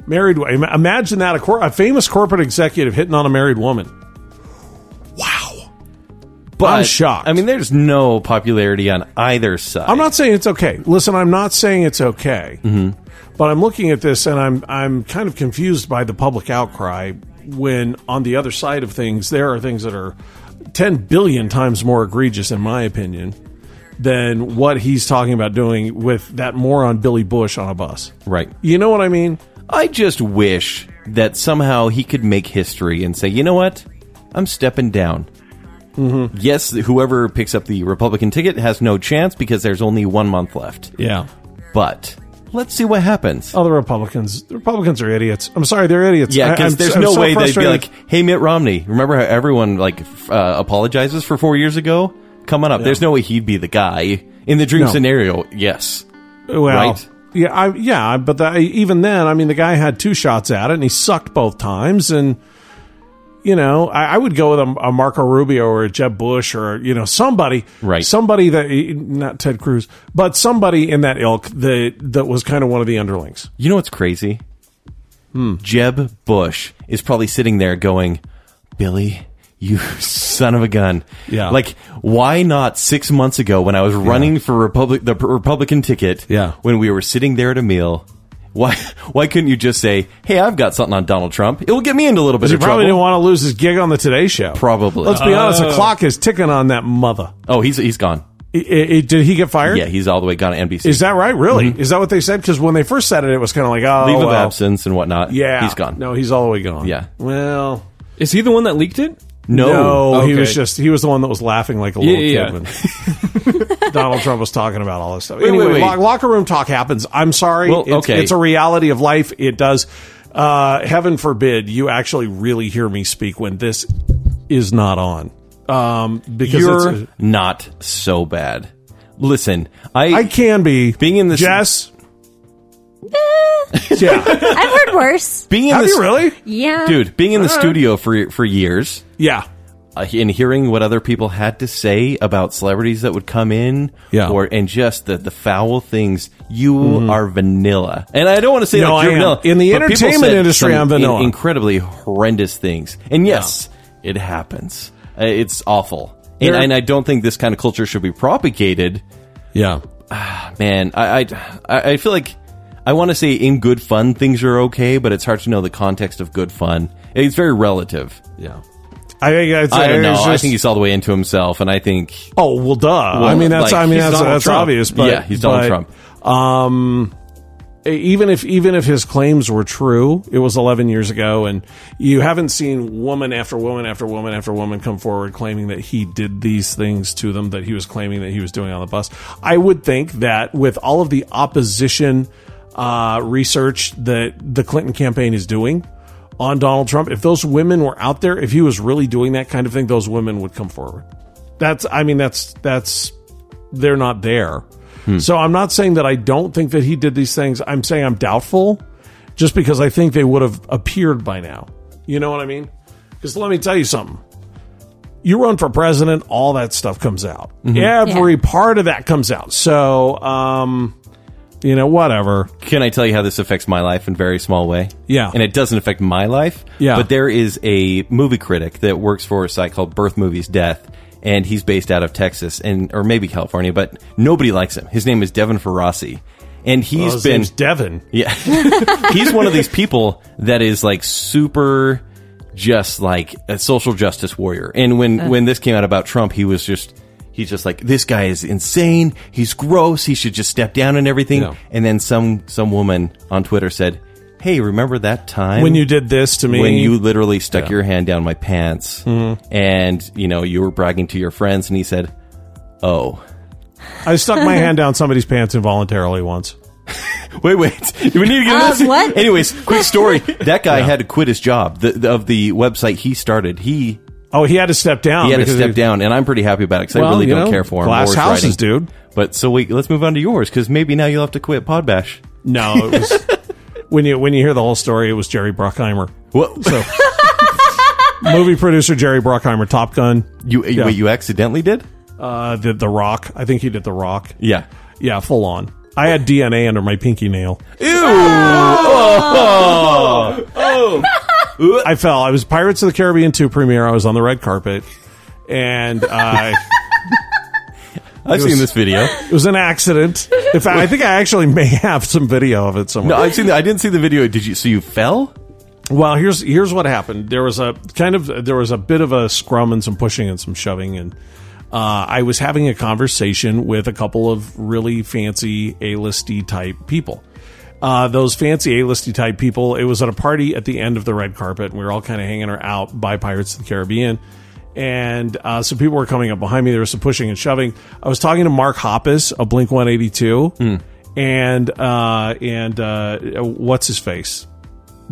married wo- ima- Imagine that a, cor- a famous corporate executive hitting on a married woman. Wow. But I'm shocked. I mean, there's no popularity on either side. I'm not saying it's okay. Listen, I'm not saying it's okay. Mm-hmm. But I'm looking at this and I'm I'm kind of confused by the public outcry when on the other side of things there are things that are 10 billion times more egregious in my opinion than what he's talking about doing with that moron Billy Bush on a bus. Right. You know what I mean? I just wish that somehow he could make history and say, you know what? I'm stepping down. Mm-hmm. Yes, whoever picks up the Republican ticket has no chance because there's only one month left. Yeah. But let's see what happens. Oh, the Republicans. The Republicans are idiots. I'm sorry, they're idiots. Yeah, I- because I'm- there's I'm no so way they'd be frustrated. like, "Hey, Mitt Romney, remember how everyone like f- uh, apologizes for four years ago? Coming up, there's no way he'd be the guy in the dream No. scenario." Yes, well, right? yeah, I, yeah, but the, even then, I mean, the guy had two shots at it, and he sucked both times, and you know, I, I would go with a, a Marco Rubio or a Jeb Bush or you know somebody, Right. Somebody that not Ted Cruz, but somebody in that ilk that that was kind of one of the underlings. You know what's crazy? Hmm. Jeb Bush is probably sitting there going, Billy, you (laughs) son of a gun. Yeah. Like, why not six months ago when I was running for Republic, the Republican ticket? Yeah. When we were sitting there at a meal. Why, (laughs) why couldn't you just say, hey, I've got something on Donald Trump? It will get me into a little bit He of trouble. probably didn't want to lose his gig on the Today Show. Probably. Let's be honest, the clock is ticking on that mother. oh, he's, he's gone. I- I- I- did he get fired? Yeah, he's all the way gone at NBC. Is that right? Really? Is that what they said? Because when they first said it, it was kind of like, oh, Leave of well, absence and whatnot. Yeah, He's gone. No, he's all the way gone. Yeah. Well, Is he the one that leaked it? no, No. he okay. was just he was the one that was laughing like a Yeah, little yeah, kid. When (laughs) Donald Trump was talking about all this stuff. anyway, wait, wait. lo- locker room talk happens. I'm sorry. Well, it's, okay. it's a reality of life. It does. Uh, heaven forbid you actually really hear me speak when this is not on. Um, because You're it's, not so bad. Listen, I, I can be Being in this- Jess. (laughs) yeah. I've heard worse. being in Have this you really? Yeah. dude being in the studio for for years Yeah. uh, and hearing what other people had to say about celebrities that would come in Yeah. Mm-hmm. or and just the, the foul things you are vanilla and i don't want to say No, like you're I am. vanilla In the but people entertainment said industry, some I'm vanilla. in- incredibly horrendous things and yes it happens Uh, it's awful and, There- and i don't think this kind of culture should be propagated Yeah. man i i, I- I feel like i want to say in good fun things are okay but it's hard to know the context of good fun it's very relative Yeah. I think that's, I don't know. it's I just- think he's all the way into himself, and I think Oh well, duh. I mean, that's like, I mean he's that's Donald that's Trump. obvious. But Yeah, he's Donald but, Trump. Um, e- even if even if his claims were true, it was 11 years ago, and you haven't seen woman after woman after woman after woman come forward claiming that he did these things to them that he was claiming that he was doing on the bus. I would think that with all of the opposition uh, research that the Clinton campaign is doing. On Donald Trump, if those women were out there, if he was really doing that kind of thing, those women would come forward that's i mean that's that's they're not there Hmm. so i'm not saying that i don't think that he did these things i'm saying i'm doubtful just because i think they would have appeared by now you know what i mean because let me tell you something you run for president all that stuff comes out Mm-hmm. every Yeah. part of that comes out so um you know whatever can I tell you how this affects my life in a very small way? Yeah. and it doesn't affect my life. Yeah. but there is a movie critic that works for a site called Birth Movies Death, and he's based out of Texas and or maybe California, but nobody likes him. His name is Devin Ferrasi, and Well, he's Uh, his been name's devin Yeah. He's one (laughs) of these people that is like super just like a social justice warrior. And when Uh. when this came out about Trump, he was just he's just like this guy is insane. He's gross. He should just step down and everything. Yeah. And then some some woman on Twitter said, "Hey, remember that time when you did this to me Mm-hmm. when you literally stuck your hand down my pants and, you know, you were bragging to your friends and he said, "Oh, i stuck my hand down somebody's pants involuntarily once Wait, wait. (laughs) Do we need to get Uh, this? what? Anyways, (laughs) quick story. That guy had to quit his job the, the- of the website he started. He oh he had to step down he had to because step down, and I'm pretty happy about it because I really you don't know, care for him. glass or his houses writing. dude But so wait, let's move on to yours because maybe now you'll have to quit Podbash. No, it was when you when you hear the whole story, it was Jerry Bruckheimer. (laughs) What? So Movie producer Jerry Bruckheimer, Top Gun, (laughs) you wait, you accidentally did? uh, did The Rock. I think he did The Rock. Yeah. Yeah, full on. I had DNA under my pinky nail. Ew. Oh. I fell. I was Pirates of the Caribbean 2 premiere. I was on the red carpet. And uh, (laughs) I've was- seen this video. it was an accident. In fact, I think I actually may have some video of it somewhere. No, I've seen. The, I didn't see the video. Did you? So you fell? Well, here's here's what happened. There was a kind of there was a bit of a scrum and some pushing and some shoving, and uh, I was having a conversation with a couple of really fancy A-listy type people. Uh, those fancy A-listy type people. It was at a party at the end of the red carpet, and we were all kind of hanging her out by Pirates of the Caribbean. And uh, some people were coming up behind me. There was some pushing and shoving. I was talking to Mark Hoppus of Blink One Eighty Two, and uh, and uh, what's his face?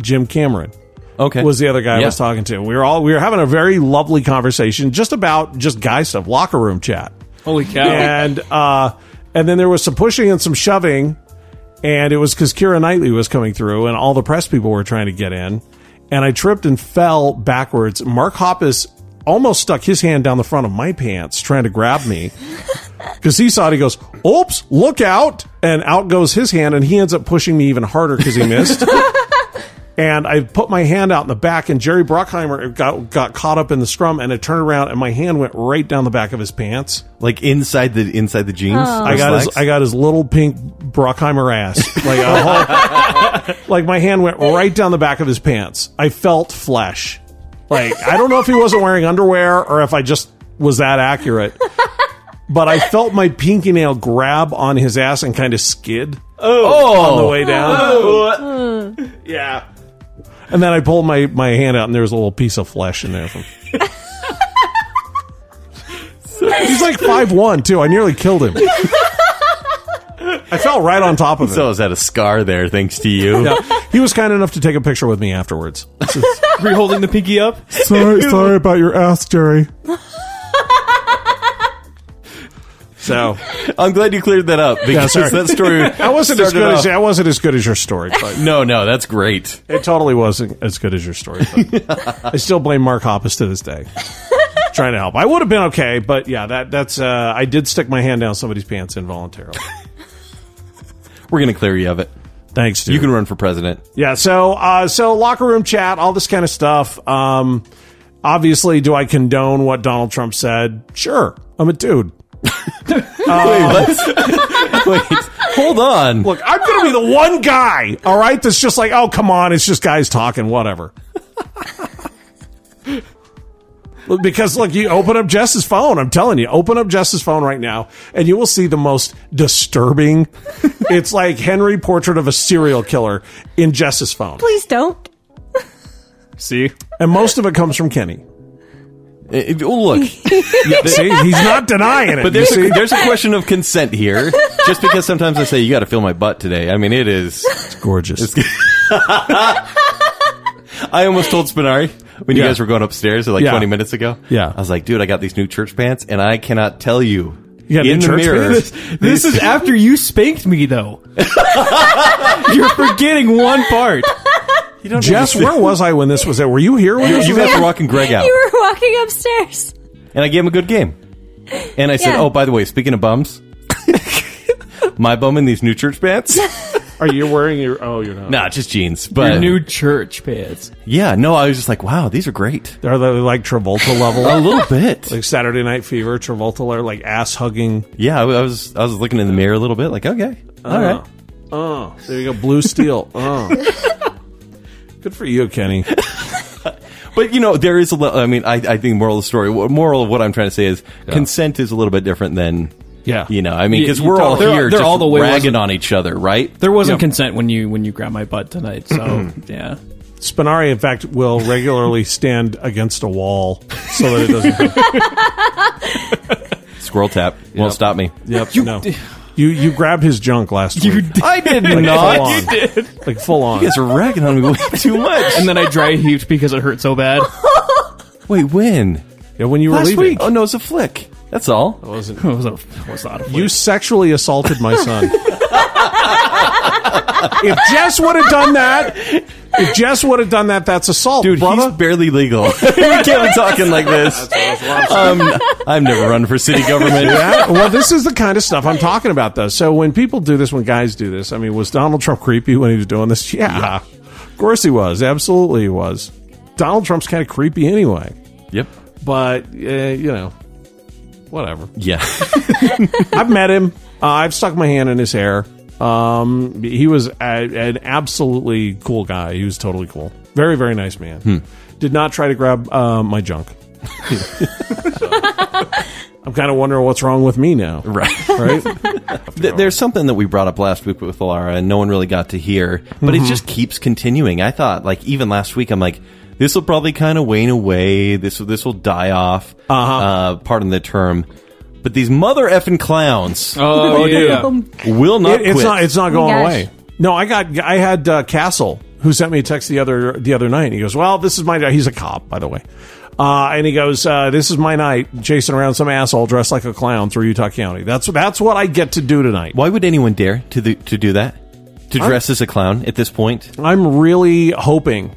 Jim Cameron Okay. was the other guy I Yeah. was talking to. We were all we were having a very lovely conversation just about just guy stuff, locker room chat. Holy (laughs) cow. And uh and then there was some pushing and some shoving, and it was because Kira Knightley was coming through and all the press people were trying to get in. and I tripped and fell backwards. Mark Hoppus almost stuck his hand down the front of my pants trying to grab me because he saw it. He goes, "Oops, look out!" And out goes his hand, and he ends up pushing me even harder because he missed. and I put my hand out in the back, and Jerry Brockheimer got got caught up in the scrum, and I turned around, and my hand went right down the back of his pants. Like inside the inside the jeans. Oh. I got his I got his little pink Brockheimer ass. Like a whole, (laughs) like my hand went right down the back of his pants. I felt flesh. Like I don't know if he wasn't wearing underwear or if I just was that accurate. But I felt my pinky nail grab on his ass and kind of skid oh, on the way down. (laughs) yeah. And then I pulled my, my hand out, and there was a little piece of flesh in there. (laughs) From... He's like five one too. I nearly killed him. I fell right on top of him. So I was at a scar there, thanks to you. Yeah. He was kind enough to take a picture with me afterwards. Were you holding the pinky up? sorry, sorry about your ass, Jerry. So I'm glad you cleared that up because sorry. that (laughs) story. I wasn't as started good as off- I wasn't as good as your story, but No, no, that's great. It totally wasn't as good as your story. But I still blame Mark Hoppus to this day. Trying to help. I would have been okay, but yeah, that that's uh, I did stick my hand down somebody's pants involuntarily. We're gonna clear you of it. Thanks, dude. You can run for president. yeah. So uh, so locker room chat, all this kind of stuff. Um, obviously, do I condone what Donald Trump said? Sure, I'm a dude. (laughs) Wait, hold on. Look, I'm going to be the one guy, all right, that's just like, oh, come on, it's just guys talking, whatever. Look, because, look, you open up Jess's phone. I'm telling you, open up Jess's phone right now, and you will see the most disturbing. it's like Henry Portrait of a Serial Killer in Jess's phone. Please don't. See? And most of it comes from Kenny. It- it- oh, (laughs) look, See, he's not denying it. but you there's a, see? there's a question of consent here. Just because sometimes I say you got to feel my butt today. I mean, it is. It's gorgeous. I almost told Spinari when you Yeah. guys were going upstairs like Yeah. 20 minutes ago. Yeah. I was like, dude, I got these new church pants, and I cannot tell you. You got in new the church mirror, pants? (laughs) This is after you spanked me, though. You're forgetting one (laughs) part. Jess, where was I when this was at? Were you here when this You was guys were walking Greg out. (laughs) You were walking upstairs. and I gave him a good game. And I said, Yeah. "Oh, by the way, speaking of bums, (laughs) my bum in these new church pants? Are you wearing your? Oh, you're not. nah, just jeans, but Your new church pants. yeah, no, I was just like, wow, these are great. Are they like Travolta level? A little bit, like Saturday Night Fever, Travolta, or like ass hugging. yeah. I, I was I was looking in the mirror a little bit, like, okay, Uh. all right, Oh, there you go, Blue Steel. Oh, (laughs) good for you, Kenny. But you know, there is a little. I mean, I, I think moral of the story, moral of what I'm trying to say is, consent is a little bit different than. Yeah, You know, I mean, Yeah, because you we're all totally- here They're- they're just all the way ragging wasn't- on each other, right? There wasn't Yeah. consent when you when you grabbed my butt tonight, so yeah. Spinari, in fact, will regularly stand against a wall so that it (laughs) doesn't. Squirrel tap won't stop me. yep, you, no. You you grabbed his junk last week. I (laughs) did Like, not. Full on. You Like full on. guys are ragging on me way (laughs) too much. And then I dry heaved because it hurt so (laughs) bad. Wait, when? Yeah, when you were Last leaving, week. Oh no, it's a flick. That's all. It was a, it was not a you sexually assaulted my son. if Jess would have done that, if Jess would have done that, that's assault, Dude, brother. he's barely legal. (laughs) we can't be talking like this. Um, I've never run for city government. Yeah. Well, this is the kind of stuff I'm talking about, though. So when people do this, when guys do this, I mean, was Donald Trump creepy when he was doing this? Yeah. Of course he was. Absolutely he was. Donald Trump's kind of creepy anyway. Yep. But, uh, you know, whatever. Yeah. (laughs) I've met him. Uh, I've stuck my hand in his hair. Um, he was a, an absolutely cool guy. He was totally cool. Very, very nice man. Did not try to grab uh, my junk. (laughs) So, I'm kind of wondering what's wrong with me now. right. Right? Th- There's something that we brought up last week with Alara, and no one really got to hear, but it just keeps continuing. I thought, like, even last week, I'm like, this will probably kind of wane away. This will this will die off. Uh-huh. Uh, pardon the term, but these mother effing clowns (laughs) (laughs) Oh, yeah. will not It- it's quit. not. It's not going Gosh. away. No, I got. I had uh, Castle who sent me a text the other the other night. And he goes, "Well, this is my. night." He's a cop, by the way." Uh, and he goes, uh, "This is my night, chasing around some asshole dressed like a clown through Utah County. That's that's what I get to do tonight. Why would anyone dare to do, to do that? To dress as a clown at this point? I'm really hoping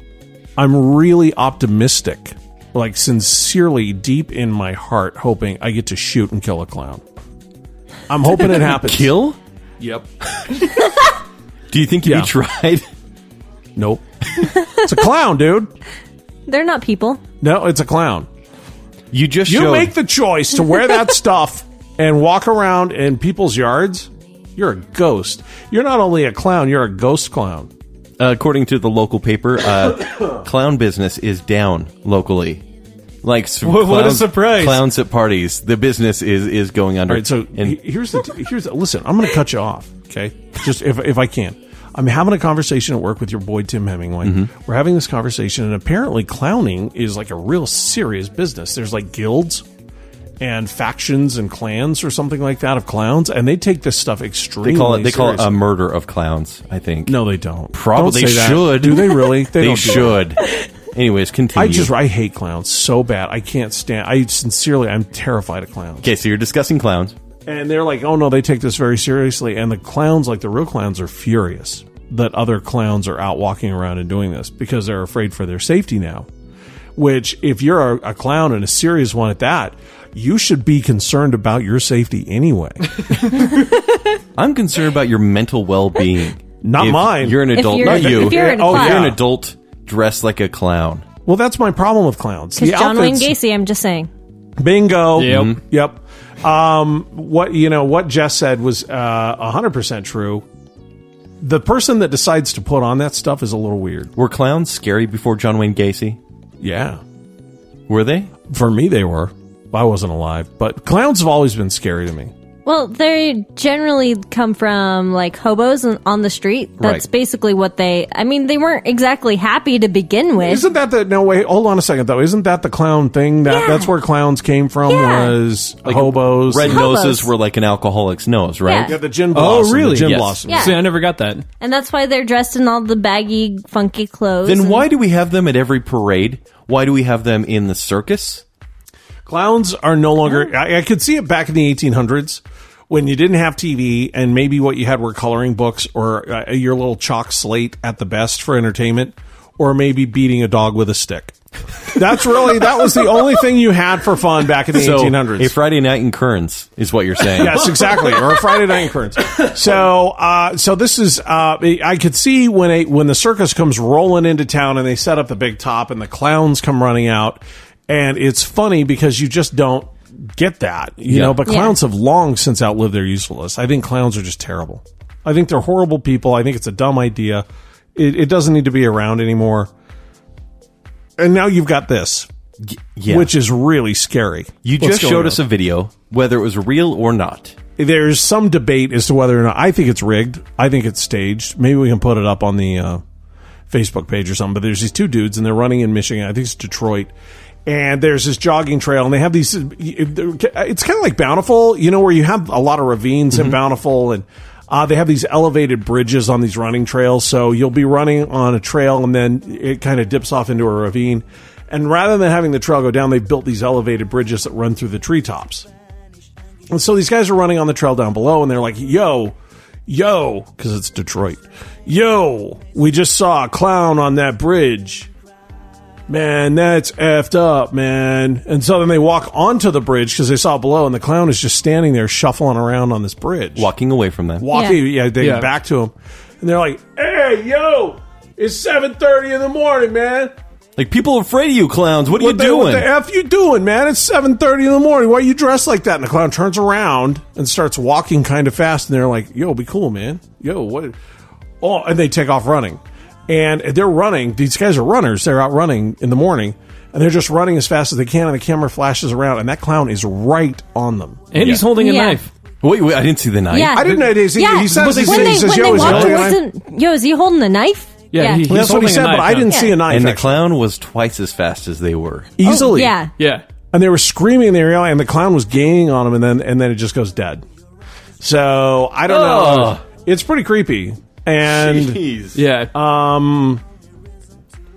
I'm really optimistic, like sincerely deep in my heart, hoping I get to shoot and kill a clown. I'm hoping it happens. (laughs) Kill? Yep. Do you think you Yeah. tried? (laughs) Nope. (laughs) it's a clown, dude. They're not people. No, it's a clown. You just You showed. make the choice to wear (laughs) that stuff and walk around in people's yards. You're a ghost. You're not only a clown, you're a ghost clown. uh, according to the local paper, (coughs) uh, clown business is down locally. Like s- What- what a clowns- surprise. Clowns at parties. The business is is going under. All right, so he- and here's the t- here's the, listen. I'm going to cut you off, okay? Just if if I can. I'm having a conversation at work with your boy Tim Hemingway. Mm-hmm. We're having this conversation, and apparently, clowning is like a real serious business. There's like guilds and factions and clans or something like that of clowns, and they take this stuff extremely. they call it they call it seriously. a murder of clowns. I think no, they don't. Probably Don't say that. should. Do they really? (laughs) They, they don't do that. should. (laughs) Anyways, continue. I just I hate clowns so bad. I can't stand. I sincerely, I'm terrified of clowns. okay. So you're discussing clowns. And they're like, oh no, they take this very seriously. And the clowns, like the real clowns, are furious that other clowns are out walking around and doing this because they're afraid for their safety now. Which, if you're a, a clown and a serious one at that, you should be concerned about your safety (laughs) anyway. I'm concerned about your mental well being. (laughs) Not mine. You're an If adult. you're- not if you. you're an oh, adult. you're an Yeah. adult dressed like a clown. well, that's my problem with clowns. Because The John Wayne outfits- Gacy, I'm just saying. Bingo. Mm-hmm. Yep. Yep. Um, what you know, what Jess said was uh, hundred percent true. The person that decides to put on that stuff is a little weird. Were clowns scary before John Wayne Gacy? Yeah. Were they? For me, they were. I wasn't alive, but clowns have always been scary to me. Well, they generally come from like hobos on- on the street. That's Right. basically what they. I mean, they weren't exactly happy to begin with. Isn't that the no wait? Hold on a second though. Isn't that the clown thing? That Yeah. that's where clowns came from Yeah. was hobos. Red Hobos. noses were like an alcoholic's nose, right? Yeah. yeah, the gin Oh, blossom. really? The gin Yes. blossom. Yeah. See, I never got that. and that's why they're dressed in all the baggy, funky clothes. Then and- why do we have them at every parade? Why do we have them in the circus? Clowns are no longer. I, I could see it back in the 1800s when you didn't have TV and maybe what you had were coloring books or uh, your little chalk slate at the best for entertainment, or maybe beating a dog with a stick. That's really that was the only thing you had for fun back in the So 1800s. a Friday night in Kearns is what you're saying. Yes, exactly. or a Friday night occurrence. So, uh, so this is uh, I could see when a when the circus comes rolling into town and they set up the big top and the clowns come running out, and it's funny because you just don't get that, you Yeah. know. But Yeah. clowns have long since outlived their usefulness. I think clowns are just terrible. I think they're horrible people. I think it's a dumb idea. It, it doesn't need to be around anymore. And now you've got this, Yeah. which is really scary. you What's just going showed on? us a video, whether it was real or not. there's some debate as to whether or not I think it's rigged. I think it's staged. Maybe we can put it up on the uh, Facebook page or something. But there's these two dudes, and they're running in Michigan. I think it's Detroit. And there's this jogging trail, and they have these. It's kind of like Bountiful, you know, where you have a lot of ravines in Bountiful, and uh, they have these elevated bridges on these running trails. So you'll be running on a trail, and then it kind of dips off into a ravine. And rather than having the trail go down, they've built these elevated bridges that run through the treetops. And so these guys are running on the trail down below, and they're like, yo, yo, because it's Detroit. Yo, we just saw a clown on that bridge. Man, that's effed up, man. And so then they walk onto the bridge because they saw below, and the clown is just standing there shuffling around on this bridge. Walking away from them. Walking, yeah, they Yeah. back to him. And they're like, hey, yo, it's 7.30 in the morning, man. Like people are afraid of you clowns. What are What you the, doing? What the f you doing, man? It's seven thirty in the morning. Why are you dressed like that? And the clown turns around and starts walking kind of fast. And they're like, "Yo, be cool, man. Yo, what?" Oh, and they take off running. And they're running. These guys are runners. They're out running in the morning, and they're just running as fast as they can. And the camera flashes around, and that clown is right on them. And he's holding a Yeah. knife. wait, wait, I didn't see the knife. Yeah. I didn't know. He, Yeah, he says, he says, when they, he says when yo, they is he walked holding a towards knife? him, yo, is he holding a knife? Yeah, he- Well, That's what he holding a said, knife but I now. didn't see a knife. And the actually. clown Oh, was twice as fast as they were. easily. yeah. Yeah. and they were screaming in the area, and the clown was gaining on him, and then and then it just goes dead. So I don't Ugh. know. It's pretty creepy, and Jeez. Yeah.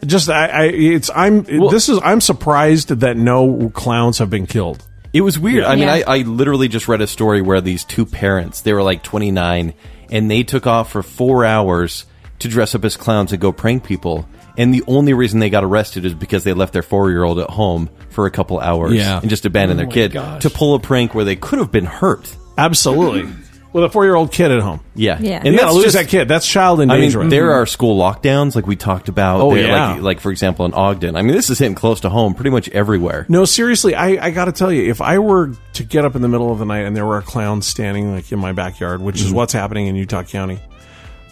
just I, I it's I'm this is I'm surprised that no clowns have been killed. It was weird. I mean, Yeah. I, I literally just read a story where these two parents, they were like 29, and they took off for four hours to dress up as clowns and go prank people. and the only reason they got arrested is because they left their four year old at home for a couple hours Yeah. and just abandoned Oh their kid gosh. to pull a prank where they could have been hurt. (clears throat) Absolutely. With a four year old kid at home. Yeah, Yeah. and You that's gotta lose just- that kid. That's child I mean, endangerment. there are school lockdowns, like we talked about. Mm-hmm. Oh, There- yeah. like, like for example in Ogden. I mean, this is hitting close to home, pretty much everywhere. (laughs) No, seriously, I, I got to tell you, if I were to get up in the middle of the night and there were a clown standing like in my backyard, which is what's happening in Utah County,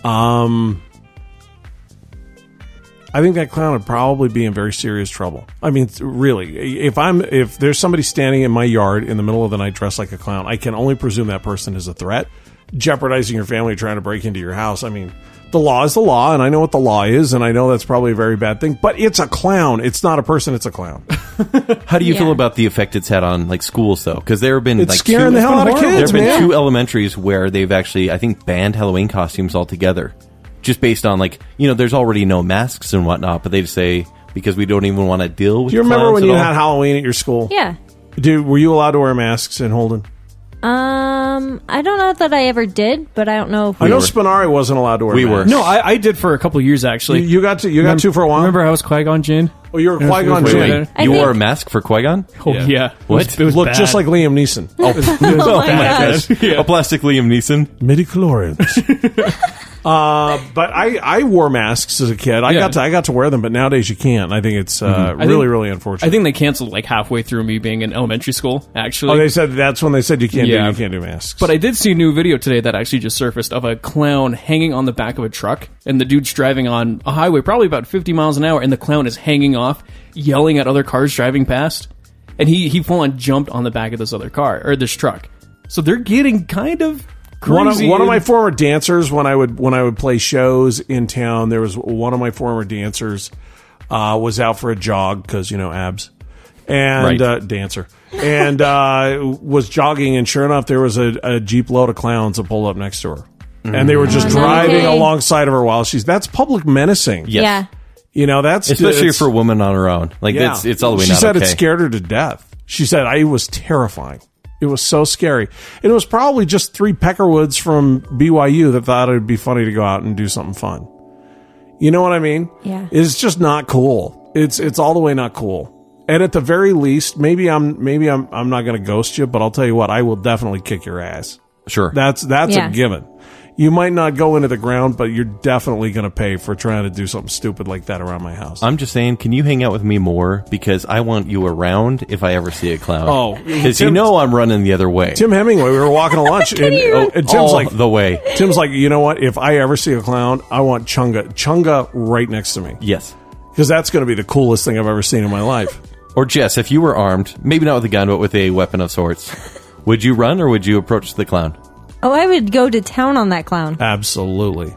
um, I think that clown would probably be in very serious trouble. I mean, th- really, if I'm if there's somebody standing in my yard in the middle of the night dressed like a clown, I can only presume that person is a threat, jeopardizing your family, trying to break into your house. I mean. The law is the law, and I know what the law is, and I know that's probably a very bad thing, but it's a clown. It's not a person, it's a clown. How do you Yeah. feel about the effect it's had on like schools though? Because there have been It's like scaring two, the hell out of there have kids, been man. two elementaries where they've actually I think banned Halloween costumes altogether, just based on like you know there's already no masks and whatnot, but they just say because we don't even want to deal with. Do you remember clowns when at you all. had Halloween at your school? Yeah. Dude, were you allowed to wear masks in Holden? Um, I don't know that I ever did, but I don't know if I we know were- Spinari wasn't allowed to wear. We masks. were. No, I, I did for a couple years actually. You, you got to. You got two for a while. Remember I was Qui Gon Jinn? Oh, you were Yeah, Qui Gon we were Jinn. there. I you wore a think- mask for Qui Gon? Oh yeah, What? It was Look bad. just (laughs) like Liam Neeson. Oh, (laughs) (laughs) Oh my gosh. A plastic Liam Neeson. midi chlorians. (laughs) uh, but I, I wore masks as a kid. I Yeah. Mm-hmm. got to I got to wear them, but nowadays you can't. I think it's uh, I really think- really unfortunate. I think they canceled like halfway through me being in elementary school. Actually, oh, they said that's when they said you can't do Yeah. you can't do masks. But I did see a new video today that actually just surfaced of a clown hanging on the back of a truck, and the dude's driving on a highway, probably about 50 miles an hour, and the clown is hanging off, yelling at other cars driving past. And he, he full on jumped on the back of this other car, or this truck. So they're getting kind of crazy. one of, one of my and- former dancers when I would when I would play shows in town, there was one of my former dancers uh, was out for a jog because you know abs and Right. uh, dancer and uh, was jogging, and sure enough, there was a, a jeep load of clowns that pulled up next to her, and they were just Oh, no driving way. alongside of her while she's that's public menacing. Yes. Yeah. You know that's Especially it's- for a woman on her own. Like that's it's all the way She not said it okay. scared her to death. She said I was terrifying. It was so scary. And it was probably just three Peckerwoods from BYU that thought it'd be funny to go out and do something fun. You know what I mean? Yeah. It's just not cool. It's it's all the way not cool. And at the very least, maybe I'm maybe I'm I'm not gonna ghost you, but I'll tell you what, I will definitely kick your ass. Sure. That's that's Yeah. a given. You might not go into the ground, but you're definitely gonna pay for trying to do something stupid like that around my house. I'm just saying, can you hang out with me more? Because I want you around if I ever see a clown. Oh, because you Tim- know I'm running the other way. Tim Hemingway. We were walking to lunch, and, and Tim's all like, the way. Tim's like, you know what? If I ever see a clown, I want Chunga, Chunga right next to me Yes. because that's going to be the coolest thing I've ever seen in my life. Or Jess, if you were armed, maybe not with a gun, but with a weapon (laughs) of sorts, would you run or would you approach the clown? Oh, I would go to town on that clown. Absolutely.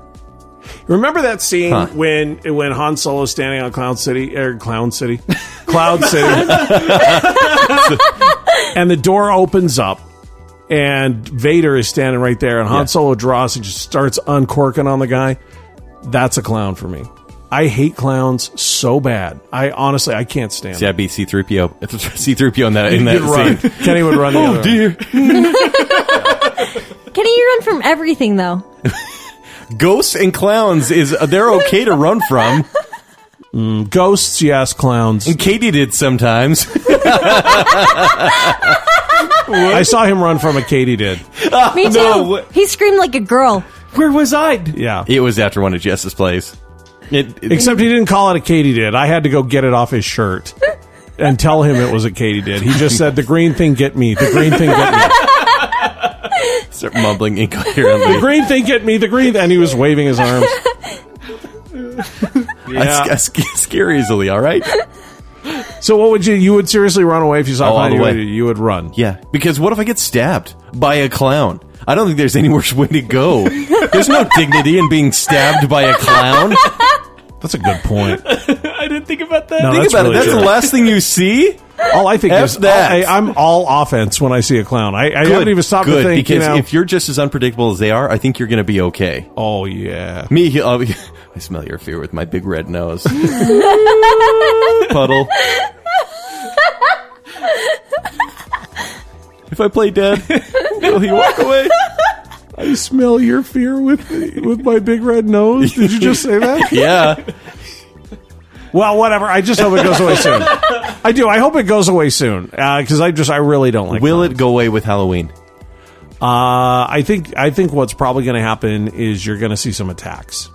Remember that scene Huh. when when Han Solo's standing on Clown City or Clown City, (laughs) Cloud City, (laughs) and the door opens up, and Vader is standing right there, and Han Yeah. Solo draws and just starts uncorking on the guy. That's a clown for me. I hate clowns so bad. I honestly I can't stand. See, them. I'd be (laughs) C-3PO. C-3PO in that, in He'd that run. (laughs) Oh, scene. Oh, Kenny would (laughs) run. The other way. Kenny, you run from everything though. Ghosts and clowns is, uh, they're okay to run from. Ghosts, yes. Clowns. (laughs) Katie did sometimes. I saw him run from a Katie did. Me too. No. He screamed like a girl. (laughs) Where was I? (laughs) Yeah. it was after one of Jess's plays. It, it- Except he didn't call it a Katie did. I had to go get it off his shirt and tell him it was a Katie did. He just said, "The green thing get me. The green thing get me. start mumbling (laughs) incoherently. The green thing get me. The green." And he was waving his arms. I, sc- I sc- scare easily, all right? So what would you? You would seriously run away if you saw Oh, all a the you, would, way. you would run. Yeah, because what if I get stabbed by a clown? I don't think there's any worse way to go. There's no dignity in being stabbed by a clown. That's a good point. I didn't think about that. No, think that's about really it. That's good. the last thing you see. All I think F is that. I, am all offense when I see a clown. I, I haven't even stopped good, to think. because you know, if you're just as unpredictable as they are, I think you're going to be okay. oh yeah, Me, (laughs) he- I'll be- I smell your fear with my big red nose. Puddle. If I play dead, will he walk away? I smell your fear with with my big red nose. Did you just say that? Yeah. (laughs) Well, whatever. I just hope it goes away soon. I do. I hope it goes away soon because I just I really don't like. Will it go away with Halloween? Uh, I think I think what's probably going to happen is you're going to see some attacks,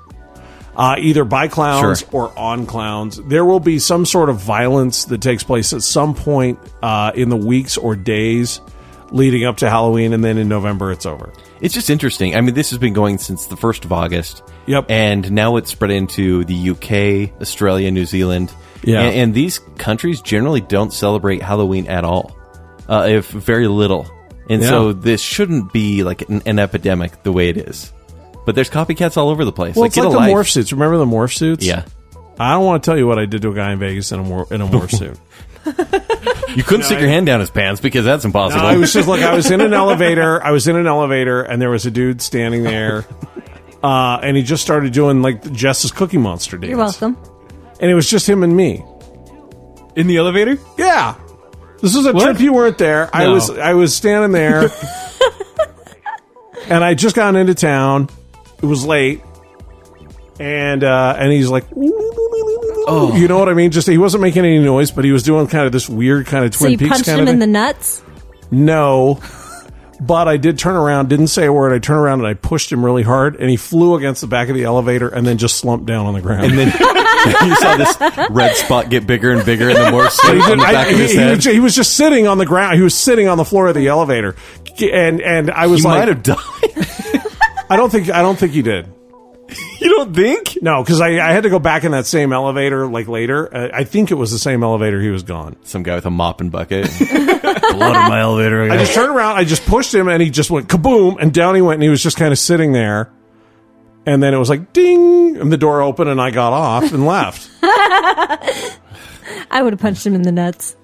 uh, either by clowns Sure. or on clowns. There will be some sort of violence that takes place at some point uh, in the weeks or days leading up to Halloween, and then in November it's over. It's just interesting. I mean, this has been going since the 1st of August. Yep. And now it's spread into the UK, Australia, New Zealand. Yeah. And, and these countries generally don't celebrate Halloween at all, uh, if very little. And Yeah. so this shouldn't be like an, an epidemic the way it is. But there's copycats all over the place. Well, like, it's get like a the life. morph suits. Remember the morph suits? Yeah. I don't want to tell you what I did to a guy in Vegas in a mor- in a (laughs) morph suit. You couldn't stick your hand down his pants because that's impossible. I was just like I was in an elevator. I was in an elevator, and there was a dude standing (laughs) there, uh, and he just started doing like Jess's Cookie Monster dance. You're welcome. And it was just him and me. In the elevator? Yeah, this was a trip you weren't there. I No. was I was standing (laughs) there, and I had just gotten into town. It was late, and uh, and he's like. You know what I mean? Just he wasn't making any noise, but he was doing kind of this weird kind of So Twin you Peaks punched kind him of in thing. the nuts? (laughs) No. But I did turn around, didn't say a word. I turned around and I pushed him really hard, and he flew against the back of the elevator and then just slumped down on the ground. (laughs) and then (laughs) you saw this red spot get bigger and bigger in the (laughs) morph suit on the I- back of his he- he, head. was ju- he was just sitting on the ground. He was sitting on the floor of the elevator, and and I was He like, might have died. (laughs) I don't think I don't think he did. You don't think? No, because I, I had to go back in that same elevator like later. Uh, I think it was the same elevator he was gone. Some guy with a mop and (laughs) bucket. Blood on my elevator. I just turned around, I just pushed him, and he just went kaboom, and down he went, and he was just kind of sitting there. And then it was like ding, and the door opened, and I got off and left. I would have punched him in the nuts.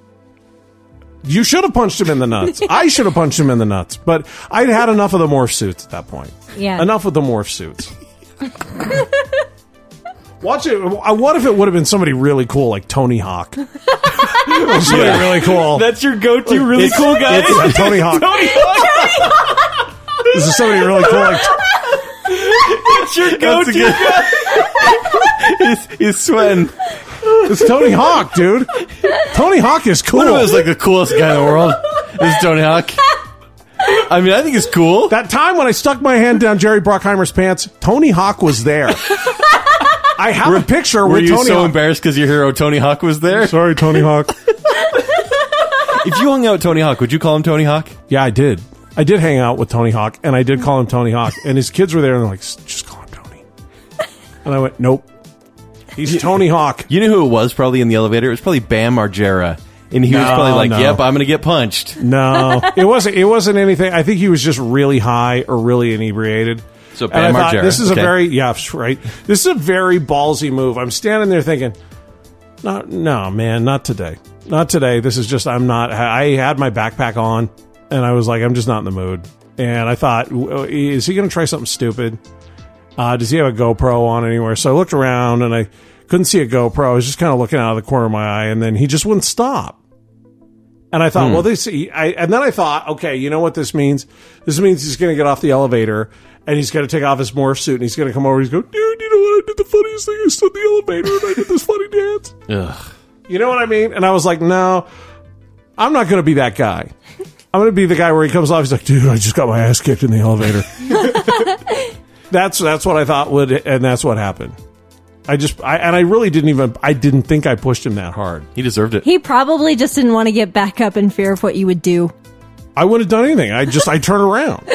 You should have punched him in the nuts. I should have punched him in the nuts. But I'd had enough of the morph suits at that point. Yeah. Enough of the morph suits. Watch it. uh, What if it would have been somebody really cool, like Tony Hawk? Or somebody really cool. That's your go-to really (laughs) cool guy. It's, uh, Tony Hawk. Tony Hawk, This is somebody really cool. (laughs) Like, that's your go-to guy. he's, he's sweating. it's Tony Hawk, dude. Tony Hawk is cool. One of us like the coolest guy in the world. This is Tony Hawk. I mean, I think it's cool. That time when I stuck my hand down Jerry Bruckheimer's pants, Tony Hawk was there. I have a picture Were with you Tony so Hawk. embarrassed because your hero Tony Hawk was there? Sorry, Tony Hawk. (laughs) if you hung out with Tony Hawk, would you call him Tony Hawk? Yeah, I did. I did hang out with Tony Hawk, and I did call him Tony Hawk, and his kids were there, and they're like, "S- "Just call him Tony." And I went, "Nope, he's Tony Hawk." You know who it was probably in the elevator? It was probably Bam Margera. And he was No, probably like, no. yep, I'm going to get punched. No, it wasn't. It wasn't anything. I think he was just really high or really inebriated. So And I Bam thought, Margera, this is okay. a very yeah psh, right. This is a very ballsy move. I'm standing there thinking, no, no, man, not today, not today. This is just I'm not. I had my backpack on, and I was like, I'm just not in the mood. And I thought, w- uh, is he going to try something stupid? Uh, does he have a GoPro on anywhere? So I looked around and I couldn't see a GoPro. I was just kind of looking out of the corner of my eye, and then he just wouldn't stop. And I thought, well, this. I, and then I thought, okay, you know what this means? This means he's going to get off the elevator and he's going to take off his morph suit and he's going to come over. and He's going, dude, you know what? I did the funniest thing. I stood in the elevator and I did this funny dance. Ugh. You know what I mean? And I was like, no, I'm not going to be that guy. I'm going to be the guy where he comes off. He's like, dude, I just got my ass kicked in the elevator. that's that's what I thought would, and that's what happened. I just, I, and I really didn't even, I didn't think I pushed him that hard. He deserved it. He probably just didn't want to get back up in fear of what you would do. I wouldn't have done anything. I just I turned around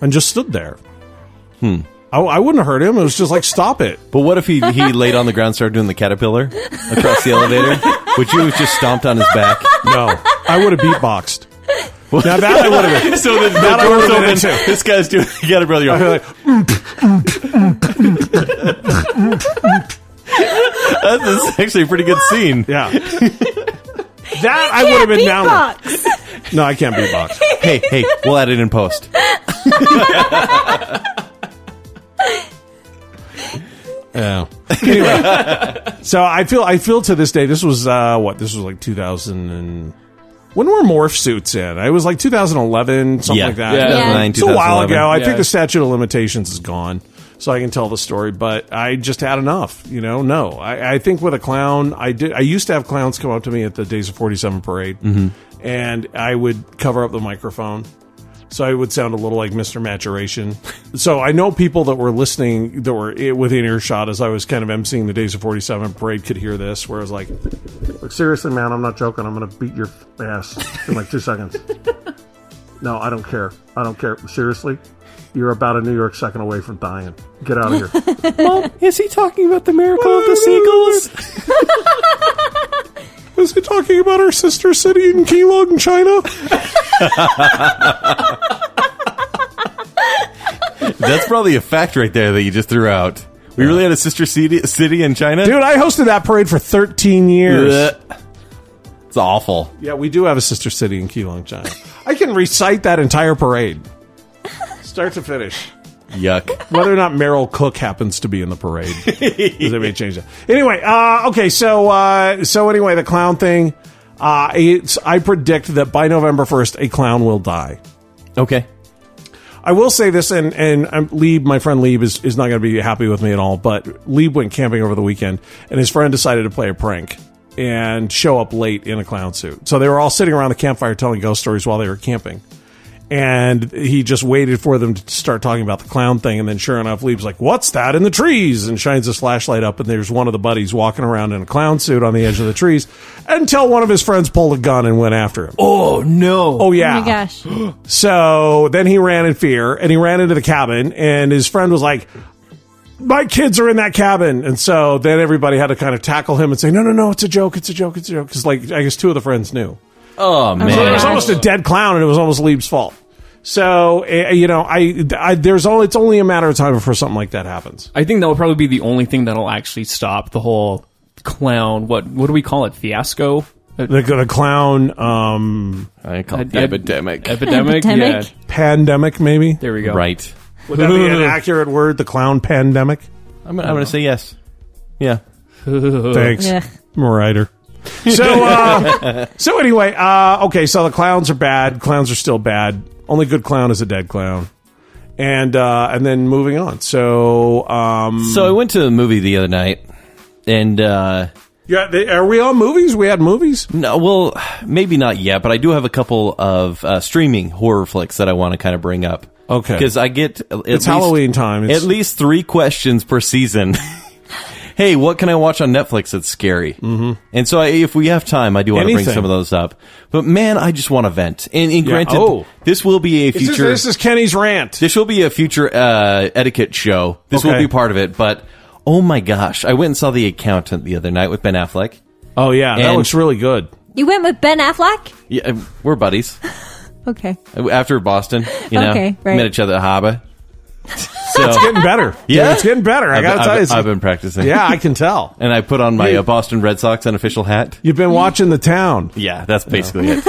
and just stood there. Hmm. I, I wouldn't have hurt him. It was just like stop it. But what if he, he laid on the ground, started doing the caterpillar across the (laughs) elevator? Would you have just stomped on his back? No, I would have beatboxed. Now that I would have been. (laughs) So the, the Uh-huh. That I door's would've been open. into. This guy's doing (laughs) the caterpillar. You're like, Like, That's this is actually a pretty good scene. yeah. That I would have been down. with. Beatbox! No, I can't beatbox. Hey, hey, we'll add it in post. Yeah. Anyway, (laughs) so I feel I feel to this day this was uh, what this was like 2000 and when were morph suits in? It was like 2011 something Yeah. like that. Yeah. Yeah. It's a while ago. I Yeah. think the statute of limitations is gone. so I can tell the story. But I just had enough, you know. No, I, I think with a clown, I did. I used to have clowns come up to me at the Days of Forty Seven parade, Mm-hmm. and I would cover up the microphone. So I would sound a little like Mr. Maturation. So I know people that were listening, that were i- within earshot as I was kind of emceeing the Days of 47 parade could hear this, where I was like, Look, seriously, man, I'm not joking. I'm going to beat your ass in like two seconds. No, I don't care. I don't care. Seriously, you're about a New York second away from dying. Get out of here. (laughs) Mom, is he talking about the miracle of the seagulls? (laughs) Is he talking about our sister city in Keelung, (laughs) China? That's probably a fact right there that you just threw out. We really had a sister city, city in China? Dude, I hosted that parade for 13 years. Ugh. It's awful. Yeah, we do have a sister city in Keelung, China. I can recite that entire parade, start to finish. Yuck. Whether or not Meryl Cook happens to be in the (laughs) parade, because they may change that. Anyway, uh, okay, so uh, so anyway, the clown thing. Uh, it's, I predict that by November first, a clown will die. Okay. I will say this, and and um, Lieb, my friend Lieb, is, is not going to be happy with me at all. But Lieb went camping over the weekend, and his friend decided to play a prank and show up late in a clown suit. So they were all sitting around the campfire telling ghost stories while they were camping, and he just waited for them to start talking about the clown thing. And then, sure enough, Lieb's like, "What's that in the trees?" and shines his flashlight up, and there's one of the buddies walking around in a clown suit on the edge of the trees until one of his friends pulled a gun and went after him. Oh, Oh no! yeah, Oh my gosh. so then he ran in fear and he ran into the cabin and his friend was like, my kids are in that cabin. And so then everybody had to kind of tackle him and say, no, no, no, it's a joke. It's a joke. It's a joke. Cause like, I guess two of the friends knew. Oh, So there man. was almost a dead clown and it was almost Lieb's fault. So, eh, you know, I, I, there's only, it's only a matter of time before something like that happens. I think that will probably be the only thing that'll actually stop the whole clown. What what do we call it? Fiasco Uh, The, the clown, um, I call it I- I- epidemic. epidemic. Epidemic? Yeah, pandemic, maybe? there we go. right. Would that be an accurate word? The clown pandemic? I'm, gonna- I'm going to say yes. Yeah. Thanks. Yeah. I'm a writer. (laughs) So, uh, so anyway, uh, okay. So the clowns are bad. Clowns are still bad. Only good clown is a dead clown. And uh, and then moving on. So um, So I went to a movie the other night, and uh, yeah, they, are we on movies? We had movies. no, well, maybe not yet, but I do have a couple of uh, streaming horror flicks that I want to kind of bring up. Okay. because I get at It's Halloween time. It's, At least three questions per season. (laughs) hey, what can I watch on Netflix that's scary? Mm-hmm. And so, I, if we have time, I do want to bring Anything. some of those up. But man, I just want to vent. And, and Yeah. granted, Oh. this will be a This is- future. this is Kenny's rant. This will be a future uh, etiquette show. This will Okay. be part of it. But oh my gosh, I went and saw The Accountant the other night with Ben Affleck. Oh yeah, that And- looks really good. You went with Ben Affleck? Yeah, we're buddies. Okay. After Boston, you know, Okay, right. met each other at Haba. So Getting (laughs) better. Yeah. Dude, it's getting better. I I've, gotta been- tell you, I've, I've something. (laughs) been practicing. yeah, I can tell. (laughs) and I put on my uh, Boston Red Sox unofficial hat. You've been watching the town. Yeah, that's basically (laughs) it.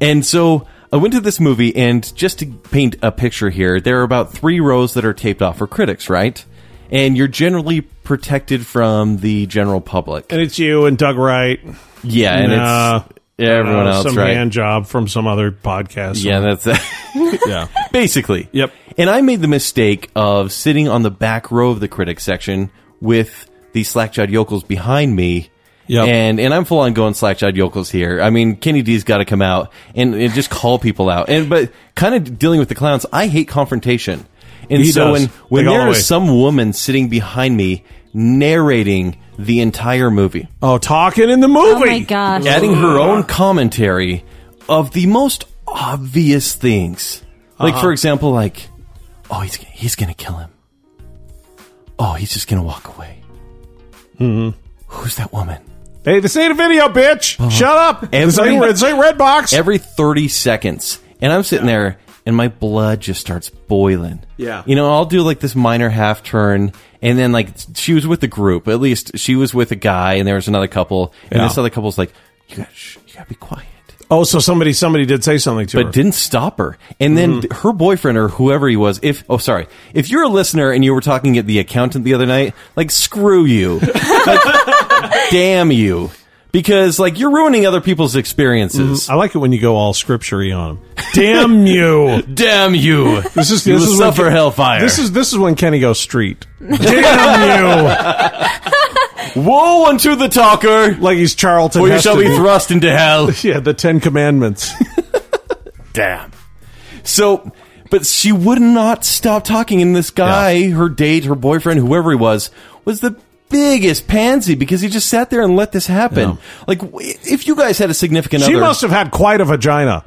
And so I went to this movie, and just to paint a picture here, there are about three rows that are taped off for critics, right? And you're generally protected from the general public. And it's you and Doug Wright. Yeah, and Nah. it's everyone Uh, else, some right? hand job from some other podcast. (laughs) Oh, Yeah, that's yeah. (laughs) basically. Yep. And I made the mistake of sitting on the back row of the critic section with the slackjawed yokels behind me. Yep. And and I'm full on going slackjawed yokels here. I mean, Kenny D's got to come out and, and just call people out. And but kind of dealing with the clowns, I hate confrontation. And He does. so when when Like all there the is way. some woman sitting behind me narrating the entire movie, Oh, talking in the movie. (laughs) Oh my gosh. adding her own commentary of the most obvious things. Like Uh-huh. for example, like, oh, he's he's gonna kill him. Oh, he's just gonna walk away. Mm-hmm. Who's that woman? Hey, this ain't a video, bitch. Shut up. this, Every- ain't, this ain't red box. Every thirty seconds, and I'm sitting there, and my blood just starts boiling. Yeah. you know, I'll do like this minor half turn, and then like she was with the group. At least she was with a guy, and there was another couple, and Yeah. this other couple's like, you gotta, shh, you gotta be quiet. oh, so somebody somebody did say something to her. Mm-hmm. but didn't stop her. And then th- her boyfriend or whoever he was, if oh sorry, if you're a listener and you were talking (laughs) at the accountant the other night, like screw you, Like, damn you. because like you're ruining other people's experiences. I like it when you go all scripturey on him. (laughs) Damn you! Damn you! This is you this will is when suffer Ken- hellfire. This is this is when Kenny goes street. (laughs) Damn you! woe unto the talker, Like he's Charlton. or you shall be Heston. thrust into hell. (laughs) yeah, the Ten Commandments. Damn. So, but she would not stop talking, and this guy, her date, her boyfriend, whoever he was, was the biggest pansy because he just sat there and let this happen. Like, w- if you guys had a significant she other, must have had quite a (laughs) vagina.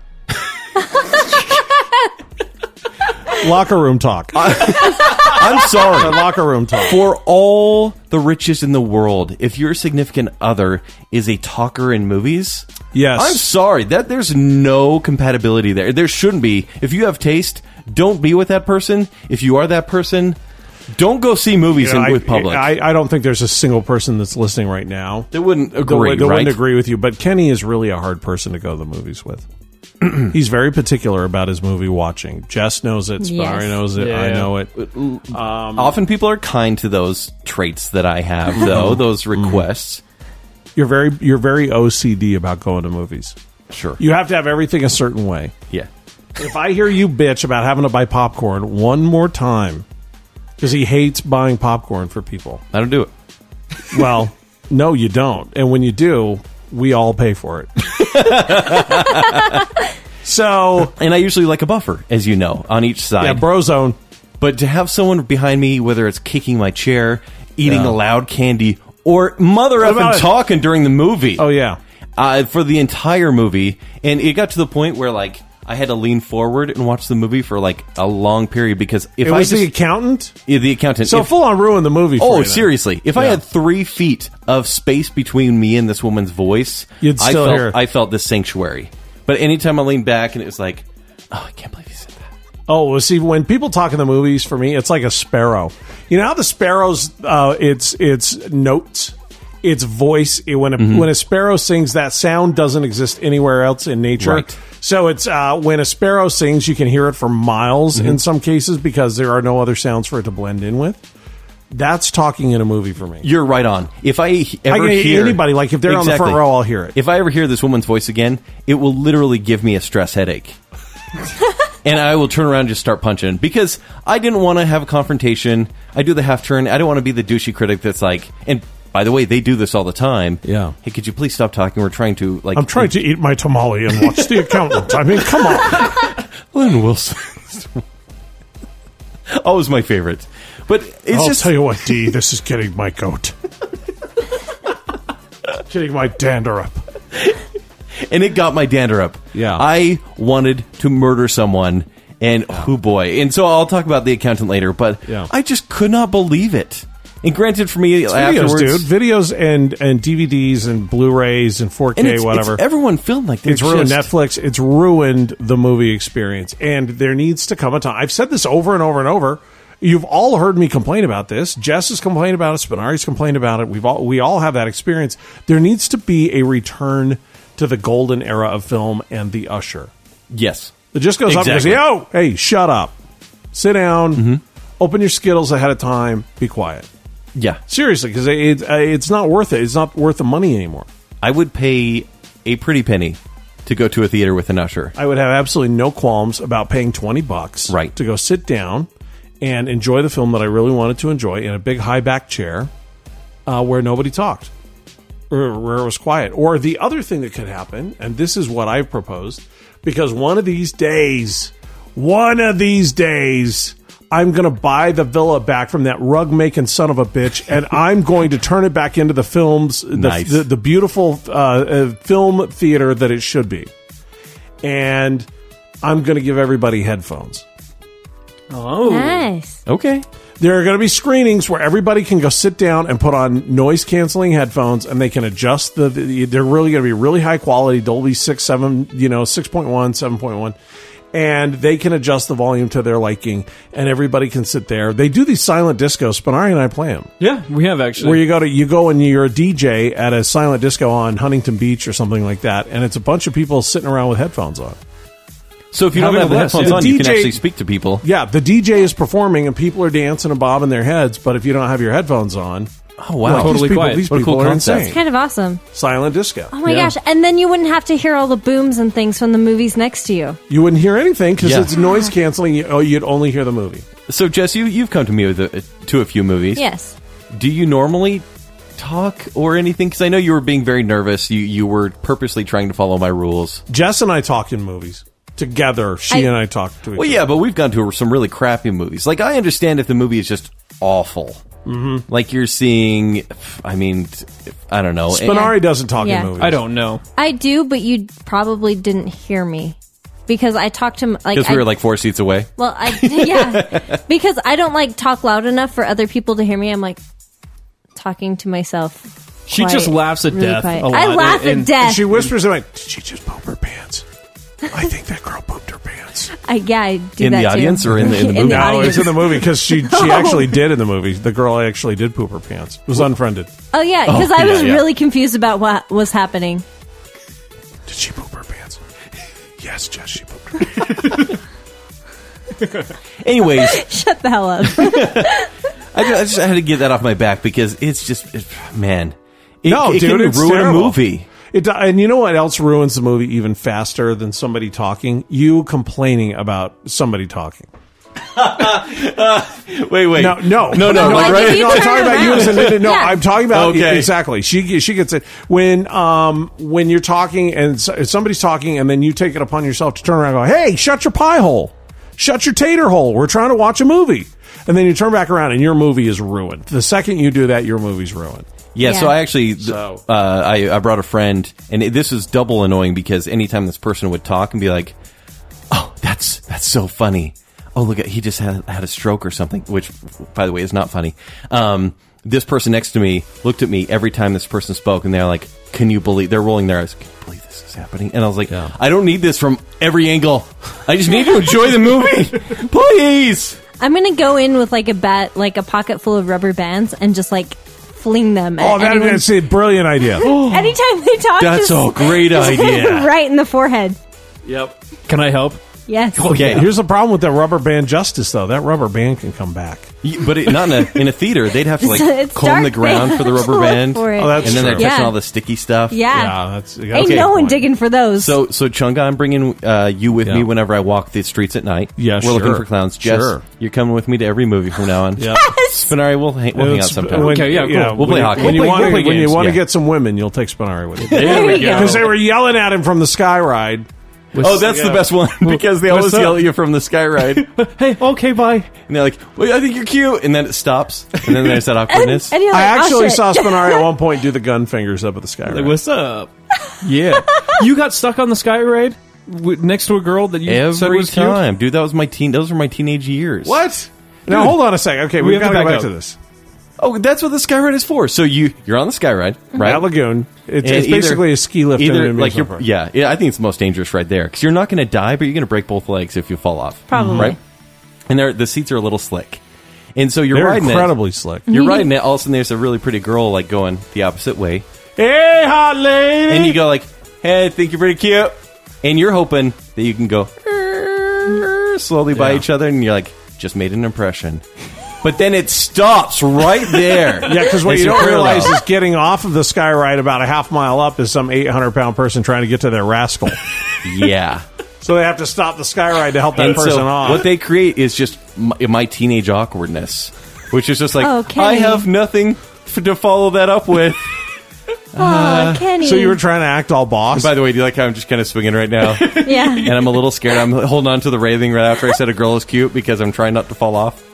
Locker room talk. I'm sorry. Locker room talk. For all the riches in the world, if your significant other is a talker in movies, Yes. I'm sorry that there's no compatibility there. There shouldn't be. If you have taste, don't be with that person. If you are that person, don't go see movies You know, in, I- with public. I, I don't think there's a single person that's listening right now they wouldn't that agree, would- that right? wouldn't agree with you. But Kenny is really a hard person to go to the movies (clears throat) with. He's very particular about his movie watching. Jess knows it. Spire Yes. knows it. I Yeah. know it. Often people are kind to those traits that I have, (laughs) though those requests. You're very you're very OCD about going to movies. Sure. You have to have everything a certain way. yeah. if I hear you bitch about having to buy popcorn one more time, because he hates buying popcorn for people. I don't do it. Well, no, you don't. And when you do, we all pay (laughs) for it. so, And I usually like a buffer, as you know, on each side. yeah, brozone. But to have someone behind me, whether it's kicking my chair, eating Yeah. a loud candy, or mother What up and about- talking during the movie, Oh yeah, uh, for the entire movie, and it got to the point where like I had to lean forward and watch the movie for like a long period because if it I was just the accountant. yeah, the accountant, So if- full on ruined the movie. For oh you then. seriously, if I Yeah. had three feet of space between me and this woman's voice, You'd still I felt hear it. I felt this sanctuary. But anytime I leaned back and it was like, oh, I can't believe he said that. Oh, well, see, when people talk in the movies, for me, it's like a sparrow. You know how the sparrows, uh, it's it's notes, its voice. It, when a Mm-hmm. when a sparrow sings, that sound doesn't exist anywhere else in nature. Right. So it's uh, when a sparrow sings, you can hear it for miles Mm-hmm. in some cases because there are no other sounds for it to blend in with. That's talking in a movie for me. You're right on. If I he- I ever can hear hear anybody, like, if they're on the front row, I'll hear it. If I ever hear this woman's voice again, it will literally give me a stress headache. and I will turn around and just start punching because I didn't want to have a confrontation. I do the half turn. I don't want to be the douchey critic that's like, and by the way, they do this all the time. Yeah. Hey, could you please stop talking? We're trying to like. I'm trying to (laughs) eat my tamale and watch the accountant. I mean, come on. Lynn Wilson. Always Oh, my favorite. But it's I'll just tell you what, D, this is getting my goat. getting my dander up. and it got my dander up. Yeah. I wanted to murder someone, and oh boy. And so I'll talk about the accountant later, but Yeah. I just could not believe it. And granted, for me Videos, afterwards, dude. Videos and, and DVDs and Blu-rays and 4K, and it's, whatever. it's everyone filmed like they're It's ruined just- Netflix. It's ruined the movie experience. And there needs to come a time. I've said this over and over and over. You've all heard me complain about this. Jess has complained about it. Spinari's complained about it. We've all we all have that experience. There needs to be a return to the golden era of film and the Usher. Yes, It just goes Exactly. Mm-hmm. up and goes, yo, hey, shut up. Sit down. Open your Skittles ahead of time. Be quiet. yeah. Seriously, because it, it, uh, it's not worth it. It's not worth the money anymore. I would pay a pretty penny to go to a theater with an usher. I would have absolutely no qualms about paying 20 bucks Right. to go sit down and enjoy the film that I really wanted to enjoy in a big high back chair uh, where nobody talked or where it was quiet. Or the other thing that could happen, and this is what I've proposed, because one of these days, one of these days, I'm going to buy the villa back from that rug making son of a bitch, and I'm going to turn it back into the films, the, Nice. the, the beautiful uh, uh, film theater that it should be. And I'm going to give everybody headphones. Oh, Nice. Okay, There are going to be screenings where everybody can go sit down and put on noise canceling headphones, and they can adjust the, the. They're really going to be really high quality Dolby six seven, you know, six point one, seven point one, and they can adjust the volume to their liking, and everybody can sit there. They do these silent discos. Spinari and I play them. yeah, we have actually. Where you go to you go and you're a DJ at a silent disco on Huntington Beach or something like that, and it's a bunch of people sitting around with headphones on. so if you don't Having have a the blast. headphones The on, you can DJ actually speak to people. Yeah, the DJ is performing and people are dancing and bobbing their heads, but if you don't have your headphones on, Oh wow! Like, Totally these people, quiet. These What a people cool are concept. insane. It's kind of awesome. Silent disco. Oh my Yeah. gosh. And then you wouldn't have to hear all the booms and things from the movies next to you. You wouldn't hear anything because Yeah. it's noise canceling. You, oh, you'd only hear the movie. So Jess, you you've come to me with a, to a few movies. Yes. Do you normally talk or anything? Because I know you were being very nervous. You you were purposely trying to follow my rules. Jess and I talk in movies together. She I- and I talk to each Well, other. yeah, but we've gone to some really crappy movies. Like I understand if the movie is just awful. Mm-hmm. Like you're seeing, I mean, I don't know. Spinari doesn't talk Yeah. in movies. I don't know. I do, but you probably didn't hear me because I talked to him like because we I- were like four seats away. well, (laughs) I yeah, because I don't like talk loud enough for other people to hear me. I'm like talking to myself. She just quiet, laughs at really death quiet. a lot. I laugh And- at death. She whispers, "I'm like, did she just poop her pants? I think that girl pooped her pants." (laughs) I, yeah, I do In that the audience too. or in the- in the (laughs) in movie? the No, Oh, audience. it's in the movie because she she actually did in the movie. The girl actually did poop her pants. It was unfriended. oh yeah, because Oh, I yeah, was yeah. really confused about what was happening. (laughs) Did she poop her pants? Yes, Jess, she pooped her pants. Anyways, Shut the hell up. I just, I just had to get that off my back because it's just, it, man, it, No, it dude, can it's ruin terrible. a movie. It, do- and you know what else ruins the movie even faster than somebody talking? You complaining about somebody talking. Wait, wait, No, no, no, no, No, right, I right. did. No, You I'm turn talking about you as an around. individual. No, Yeah. I'm talking about Okay. exactly. She she gets it when um when you're talking and s- somebody's talking and then you take it upon yourself to turn around and go, hey, shut your pie hole, shut your tater hole. We're trying to watch a movie, and then you turn back around and your movie is ruined. The second you do that, your movie's ruined. Yeah, so Yeah. I actually, th- So- uh, I, I brought a friend, and it, this is double annoying because anytime this person would talk and be like, "Oh, that's that's so funny," oh look, at he just had had a stroke or something, which, by the way, is not funny. Um, this person next to me looked at me every time this person spoke, and they're like, "Can you believe?" They're rolling their eyes. Can you believe this is happening? And I was like, "I don't need this from every angle. I just need to enjoy the (laughs) movie, please." I'm gonna go in with like a bat, like a pocket full of rubber bands, and just like fling them. At Oh, that, anyone- that's a brilliant idea. (laughs) anytime they talk. That's just- a great just idea. right in the forehead. Yep. Can I help? Yes. Okay, Here's the problem with that rubber band justice, though. That rubber band can come back. Y- But it, not in a in a theater. They'd have to like It's- it's comb dark. the ground They for the have to rubber look band, for it. Oh, that's and then they're true. touching Yeah. all the sticky stuff. Yeah. that's Ain't okay, Ah. no one fine. digging for those. So so Chunga, I'm bringing uh, you with Yeah. me whenever I walk the streets at night. Yeah, we're looking sure. for clowns. Jess, Sure. you're coming with me to every movie from now on. (laughs) Yeah. Spinari, we'll hang, we'll hang out It's- sometime. when- Okay, yeah, cool. We'll when play you- hockey. When you We'll play- want to we'll play when you games, want to yeah. get some women, you'll take Spinari with you. There we you go. go. because they were yelling at him from the sky ride. oh, that's yeah. the best one because they What's always up? yell at you from the (laughs) sky ride, and Hey, okay, bye. they're like, "Wait, I think you're cute," and then it stops, and then there's that awkwardness. (laughs) And you're I like, "Oh, actually shit." saw Spinari at one point do the gun fingers up at the sky ride. Like, what's up? (laughs) Yeah. you got stuck on the sky ride w- next to a girl that you said Every was cute? time, dude, that was my teen. Those were my teenage years. what? Now hold on a second. Okay, we have got to go back up. to this. Oh, that's what the sky ride is for. So you you're on the sky ride, right? That lagoon. It's, And it's either- basically a ski lift. in Either an amusement like you're, park. yeah, yeah, I think it's the most dangerous right there because you're not going to die, but you're going to break both legs if you fall off. Probably. right. And they're, the seats are a little slick, and so you're they're riding incredibly slick. (laughs) it. You're riding it. All of a sudden, there's a really pretty girl like going the opposite way, Hey, hot lady. and you go like, "Hey, I think you're pretty cute," and you're hoping that you can go "Er," slowly by Yeah. each other, and you're like, "Just made an impression," but then it stops right (laughs) there. yeah, because what It's you a don't parallel. realize is getting off of the sky ride about a half mile up is some 800 pound person trying to get to their (laughs) rascal. yeah. so they have to stop the sky ride to help that And so person off. What they create is just my, my teenage awkwardness, which is just like Oh, Kenny. I have nothing f- to follow that (laughs) up with. (laughs) Aw, Kenny. so you were trying to act all boss. By the way, do you like how I'm just kind of swinging (laughs) right now? and yeah. I'm a little scared. I'm holding on to the rathing right after I said a girl is cute because I'm trying not to fall off.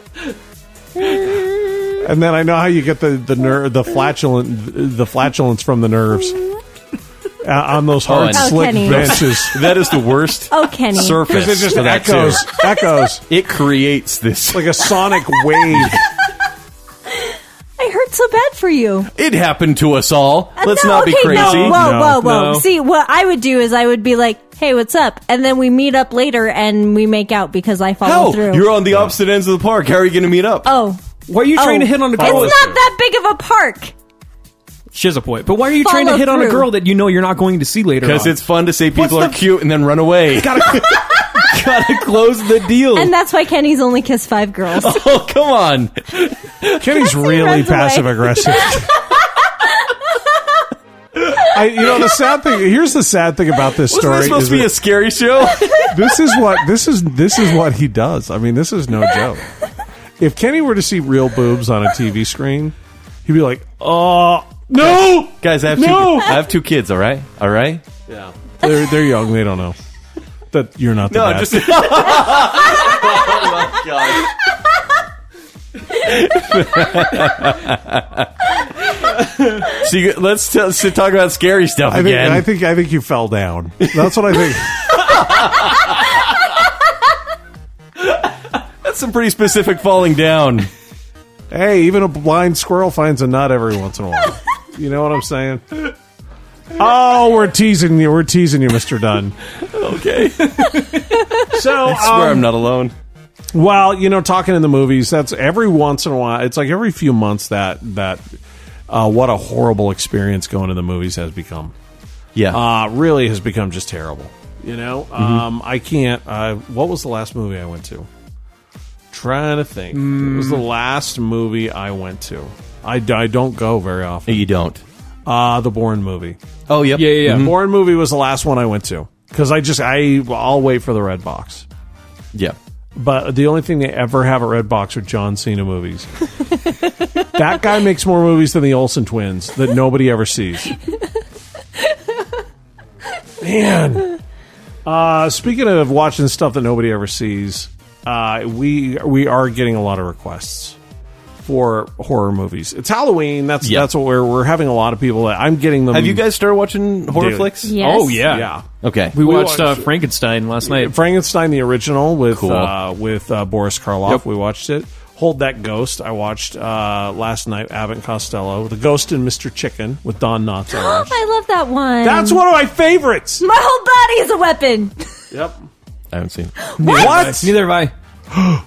And then I know how you get the the ner- the flatulent the flatulence from the nerves uh, on those hard Oh, and- slick Oh, Kenny. (laughs) benches. That is the worst Oh, Kenny. surface. Because it just for that, too. echoes echoes It creates this. like a sonic (laughs) wave. I hurt so bad for you. It happened to us all. Let's Uh, No, not be okay, crazy. No, whoa, No, whoa, whoa. no. See, what I would do is I would be like, hey, what's up? And then we meet up later and we make out because I follow How? through. You're on the opposite ends of the park. How are you going to meet up? oh. Why are you trying to hit on a It's girl? not that big of a park. She has a point. But why are you trying to Follow hit on a through. girl that you know you're not going to see later? Because on? it's fun to say people What's are (laughs) the- (laughs) cute and then run away. Gotta, gotta close the deal. And that's why Kenny's only kissed five (laughs) girls. oh, come on. Kenny's really runs away. passive (laughs) aggressive. I, you know the sad thing. Here's the sad thing about this Wasn't story. this supposed is to be that- a scary show? this is what this is this is what he does. I mean, this is no joke. If Kenny were to see real boobs on a TV screen, he'd be like, "Oh no, (laughs) Guys, I have No! two. I have two kids. All right, all right. they're they're young. They don't know that you're not the No, bad. just. (laughs) oh my god. so you, let's, t- so talk about scary stuff I think again. I think I think you fell down. That's what I think. That's some pretty specific falling down. hey, even a blind squirrel finds a nut every once in a while. You know what I'm saying? Oh, we're teasing you. We're teasing you, Mister Dunn. (laughs) Okay, I So swear um, I'm not alone. Well, you know, talking in the movies, that's every once in a while. It's like every few months that that uh, what a horrible experience going to the movies has become. Yeah, Uh, really has become just terrible. You know, um, I can't. Uh, what was the last movie I went to? Trying to think. It was the last movie I went to. I, I don't go very often. you don't. Uh, the Bourne movie. Oh, yep. Yeah, yeah, yeah. The Bourne movie was the last one I went to because I just I I'll wait for the red box. yeah. But the only thing they ever have at Red Box are John Cena movies. that guy makes more movies than the Olsen twins that nobody ever sees. Man. Uh, speaking of watching stuff that nobody ever sees, uh, we we are getting a lot of requests for horror movies. It's Halloween. That's Yeah. that's what we're we're having a lot of people. That, I'm getting them. Have you guys started watching horror Dude. flicks? Yes. Oh yeah. Yeah. Okay. We, watched, watched- uh, Frankenstein last night. Frankenstein the original with Cool. uh, with uh, Boris Karloff. Yep. We watched it. Hold that ghost. I watched uh, last night. Abbott and Costello, the Ghost and Mr. Chicken with Don Knotts. I watched. (laughs) I love that one. Oh. (laughs) That's one of my favorites. My whole body is a weapon. Yep. I haven't seen. It. What? Neither have I.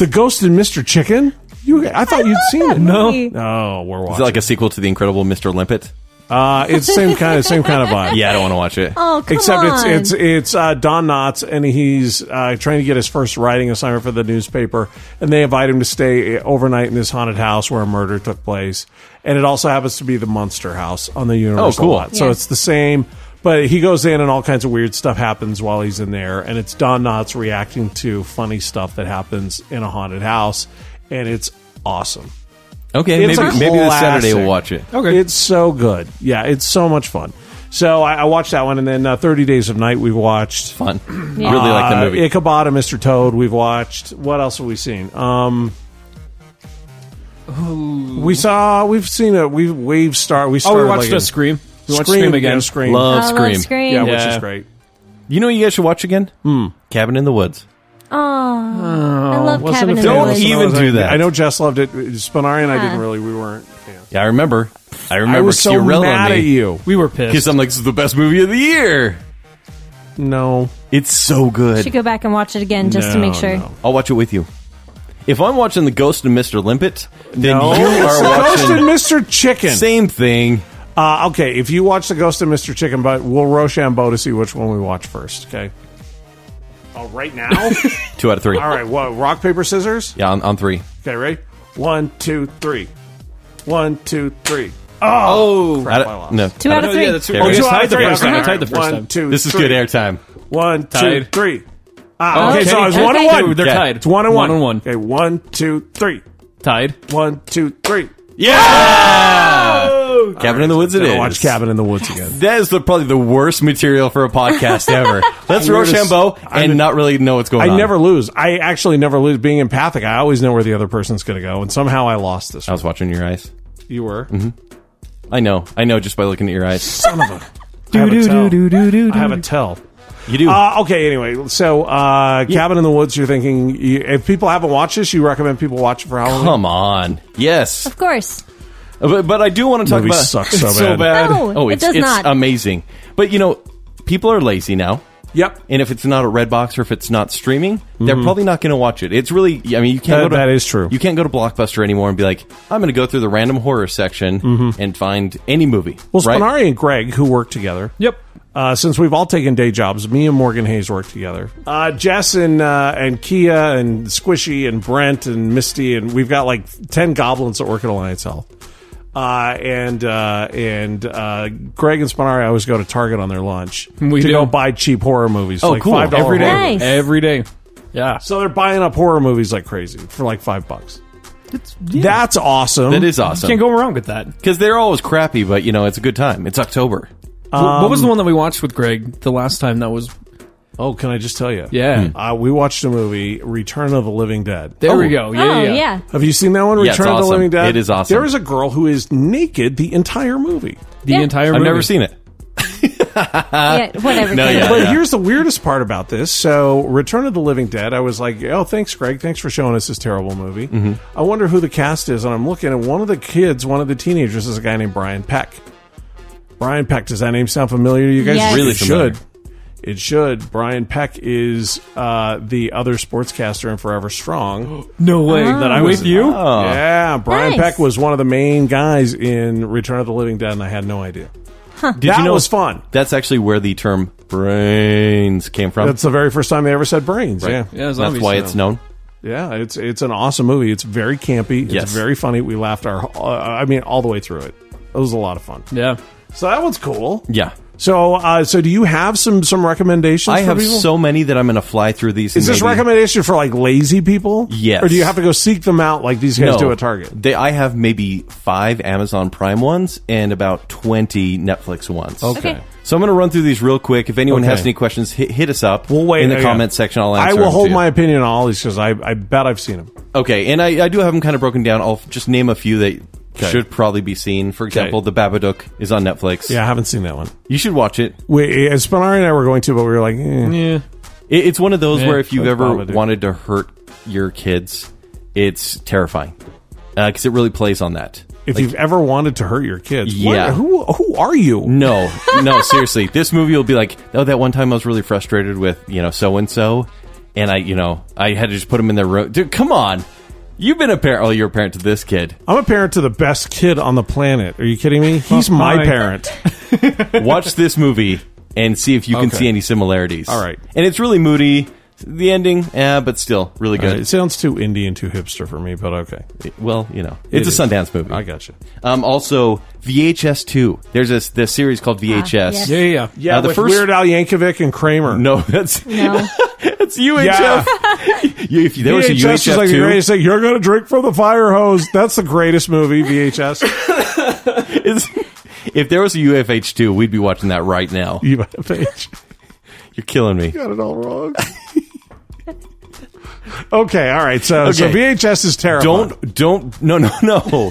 The Ghost and Mr. Chicken? You? I thought you'd seen it. No. Movie. No, we're Is it watching. like a sequel to the Incredible Mr. Limpet? uh, it's same kind of same kind of (laughs) vibe. Yeah, I don't want to watch it. Oh, come Except on. it's it's it's uh, Don Knotts, and he's uh, trying to get his first writing assignment for the newspaper, and they invite him to stay overnight in this haunted house where a murder took place, and it also happens to be the Munster House on the Universal cool. lot. So Yeah. it's the same, but he goes in, and all kinds of weird stuff happens while he's in there, and it's Don Knotts reacting to funny stuff that happens in a haunted house, and it's awesome. Okay, It's maybe a maybe this Saturday classic. we'll watch it. Okay. It's so good. Yeah, it's so much fun. So I, I watched that one, and then uh, Thirty Days of Night we watched. Fun. Really like the Uh, movie. Ichabod and Mr. Toad. We've watched. What else have we seen? Um, we saw. We've seen a. We've we've start. We Oh, started we watched like a a Scream. We watched Scream, Scream again. yeah, Scream. I Love love Scream. Scream. Yeah, which Yeah. is great. You know what you guys should watch again? Cabin in the Woods. I love Wasn't Cabin a fan. in the Don't Woods. even- do that. I know Jess loved it. Spinari and I didn't Yeah. really. We weren't. fans. Yeah, I remember. I remember I was so Ciarella mad made- at you. We were pissed. Because I'm like, this is the best movie of the year. No, It's so should good. go back and watch it again just to No, make sure. no. I'll watch it with you. If I'm watching The Ghost and Mr. Limpet, then No. you are Ghost and watching Mr. Chicken. same thing. Uh, okay, if you watch the Ghost of Mr. Chicken, but we'll Rochambeau to see which one we watch first. Okay. Oh, right now. (laughs) Two out of three. All right. What? Rock paper scissors. Yeah, on, on three. Okay, ready? One, two, three. One, two, three. oh, I I lost. don't, no, Two out of yeah, three. that's There it is. I Oh, tied the One, first time. I two, tied the first one, time. two, this is three. good airtime. One, two, Tied. three. Ah, okay, Oh, Okay. so it's Okay. one and one. They're Yeah. tied. It's one and one. One and one. Okay, one, two, three. Tied. One, two, three. Yeah, Cabin in the Woods. It Gotta is. Watch Cabin in the Woods again. That is the, probably the worst material for a (laughs) podcast ever. Let's Weirdest- Rochambeau I'm- and not really know what's going I on. never lose. I actually never lose. Being empathic, I always know where the other person's going to go, and somehow I lost this. I One. was watching your eyes. You were. Mm-hmm. I know. I know just by looking at your eyes. Son of (laughs) a. I have a tell. I have a tell. You do. Uh, okay, anyway, so uh, Cabin in the Woods. You're thinking you, if people haven't watched this, you recommend people watch it for Halloween. Come on. Yes. Uh, Of course. But, but I do want to talk Movie about sucks so (laughs) It's bad. No, oh, it it's, does it's not. amazing. But you know, people are lazy now. Yep. Mhm. And if it's not at Redbox or if it's not streaming, they're probably not going to watch it. It's really, I mean, you can't. That- go to, that is true. You can't go to Blockbuster anymore and be like, I'm going to go through the random horror section and find any movie. Mm-hmm. Well, right? Spinari and Greg, who work together, Yep. Uh, since we've all taken day jobs, me and Morgan Hayes work together. Uh, Jess and uh, and Kia and Squishy and Brent and Misty and we've got like ten goblins at work at Alliance Health. Uh, and uh, and uh, Greg and Spinari always go to Target on their lunch We to do. go buy cheap horror movies. Oh, like cool. Five every day. Nice. Every day. Yeah. So they're buying up horror movies like crazy for like five bucks. That's awesome. That is awesome. Can't go wrong with that. Because they're always crappy, but you know, it's a good time. It's October. Wh- what was the one that we watched with Greg the last time? That was Oh, can I just tell you? yeah. Uh, we watched a movie, Return of the Living Dead. There we Oh. go. Yeah, oh yeah. yeah. Have you seen that one? Yeah, Return it's of the awesome. Living Dead. It is awesome. There is a girl who is naked the entire movie. The Yeah. entire. I've movie. never seen it. yeah whatever. No, Ken. yeah. But here's the weirdest part about this. So, Return of the Living Dead, I was like, oh, thanks, Greg. Thanks for showing us this terrible movie. Mm-hmm. I wonder who the cast is. And I'm looking, and one of the kids, one of the teenagers, is a guy named Brian Peck. Brian Peck, does that name sound familiar to you guys? Yes. Really it familiar. should. It should. Brian Peck is uh, the other sportscaster in Forever (gasps) Strong. No way. Uh-huh. that I with was Oh. you. yeah, Brian Nice. Peck was one of the main guys in Return of the Living Dead, and I had no idea. Did that you know was fun. That's actually where the term brains came from. That's the very first time they ever said brains. Yeah, Yeah, it's That's obvious why now. it's known. Yeah, it's it's an awesome movie. It's very campy. Yes. It's very funny. We laughed our, uh, I mean, all the way through it. It was a lot of fun. Yeah. So that one's cool. Yeah. So, uh, so do you have some some recommendations? I for have people? so many that I'm going to fly through these. Is and this maybe- recommendation for like lazy people? Yes. Or do you have to go seek them out like these guys do at Target? They, I have maybe five Amazon Prime ones and about 20 Netflix ones. Okay. So I'm going to run through these real quick. If anyone has Okay. any questions, hit, hit us up We'll wait in the yeah. comments section. I'll I answer will them hold to you. my opinion on all these because I I bet I've seen them. Okay, and I, I do have them kind of broken down. I'll just name a few that should probably be seen. For example, The Babadook is on Netflix. Yeah, I haven't seen that one. You should watch it. We uh, Spinari and I were going to, but we were like, eh. Yeah. It, it's one of those Yeah, where if you've that's ever Babadook. wanted to hurt your kids, it's terrifying because it really plays on that. if you've ever wanted to hurt your kids, what- Yeah. who who are you? No, (laughs) no, seriously, this movie will be like, oh, that one time I was really frustrated with you know so and so, and I you know I had to just put them in their room. Dude, come on, you've been a parent. Oh, you're a parent to this kid. I'm a parent to the best kid on the planet. Are you kidding me? He's my my. parent. (laughs) Watch this movie and see if you can Okay. see any similarities. All right. and it's really moody. The ending, eh, but still really Uh, It good. sounds too indie and too hipster for me, but okay. Well, you know, it's is. a Sundance movie. I got you. Um, also VHS two. There's this this series called VHS. Ah, yes. Yeah. Yeah. yeah. Yeah, Uh, the with first- Weird Al Yankovic and Kramer. (laughs) No, that's No. that's UHF. (laughs) You- if there was a VHS UHF is like the two, greatest thing. You're going to drink from the fire hose. That's the greatest movie, (laughs) VHS. Is- if there was a UFH two, we'd be watching that right now. you might have aged. You're killing (laughs) me. got it all wrong. (laughs) okay, all right. So, so Okay. VHS is terrible. Don't don't no no no.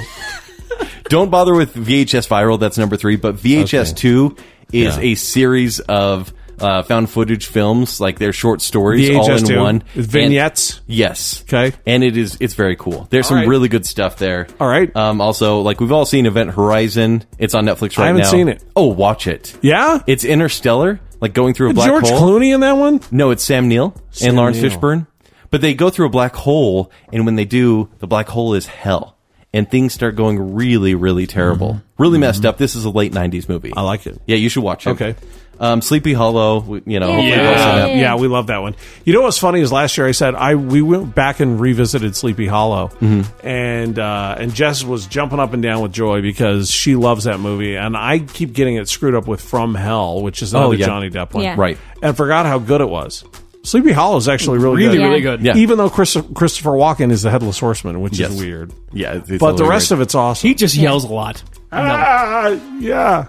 don't bother with VHS viral. That's number three. But VHS two is Yeah. a series of uh, found footage films, like their short stories, all in VHS two. one With And- vignettes. yes. Okay. And it is it's very cool. There's some right. really good stuff there. All right. Um. Also, like we've all seen Event Horizon. It's on Netflix right now. haven't seen it. Oh, watch it. yeah? It's Interstellar, like going through a black George hole. Clooney in that one? No, it's Sam Neill Sam and Lawrence Neill. Fishburne. But they go through a black hole, and when they do, the black hole is hell. And things start going really, really terrible. Really messed up. This is a late 90s movie. Mm-hmm. I like it. Yeah, you should watch it. Okay. Um, Sleepy Hollow, we- you know. hopefully we'll see Yeah, that. Yeah. Uh, yeah, we love that one. You know what's funny is last year I said I we went back and revisited Sleepy Hollow, Mm-hmm. and uh, and Jess was jumping up and down with joy because she loves that movie, and I keep getting it screwed up with From Hell, which is another Oh, yeah. Johnny Depp one, Yeah. Right. And forgot how good it was. Sleepy Hollow is actually really, Really, good. really good. Yeah. Even though Chris, Christopher Walken is the headless horseman, which Yes. is weird, Yeah. it's- it's but the totally rest great. of it's awesome. He just yells a (laughs) lot. ah, yeah,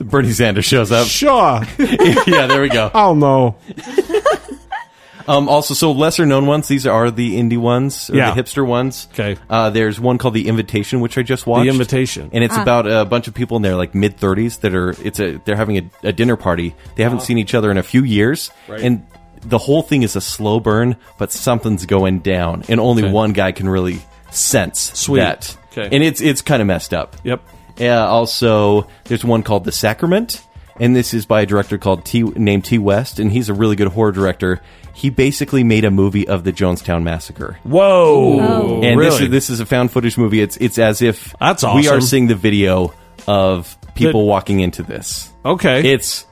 Bernie Sanders (laughs) shows up. (laughs) sure. yeah, there we go. I don't know. Um, also, so lesser known ones. These are the indie ones, or Yeah. the hipster ones. Okay. Uh, there's one called The Invitation, which I just watched. The Invitation. and it's about a bunch of people in their like mid 30s that are it's a they're having a, a dinner party. They Ah. haven't seen each other in a few years, and the whole thing is a slow burn, but something's going down, and only one guy can really sense Sweet. that. Okay. And it's it's kind of messed up. Yep. Yeah. Uh, Also, there's one called The Sacrament, and this is by a director called T named T West, and he's a really good horror director. He basically made a movie of the Jonestown Massacre, Whoa, Oh, and really? this is this is a found footage movie. It's it's as if That's we are awesome. seeing the video of people walking into this. Okay. Oh, It's,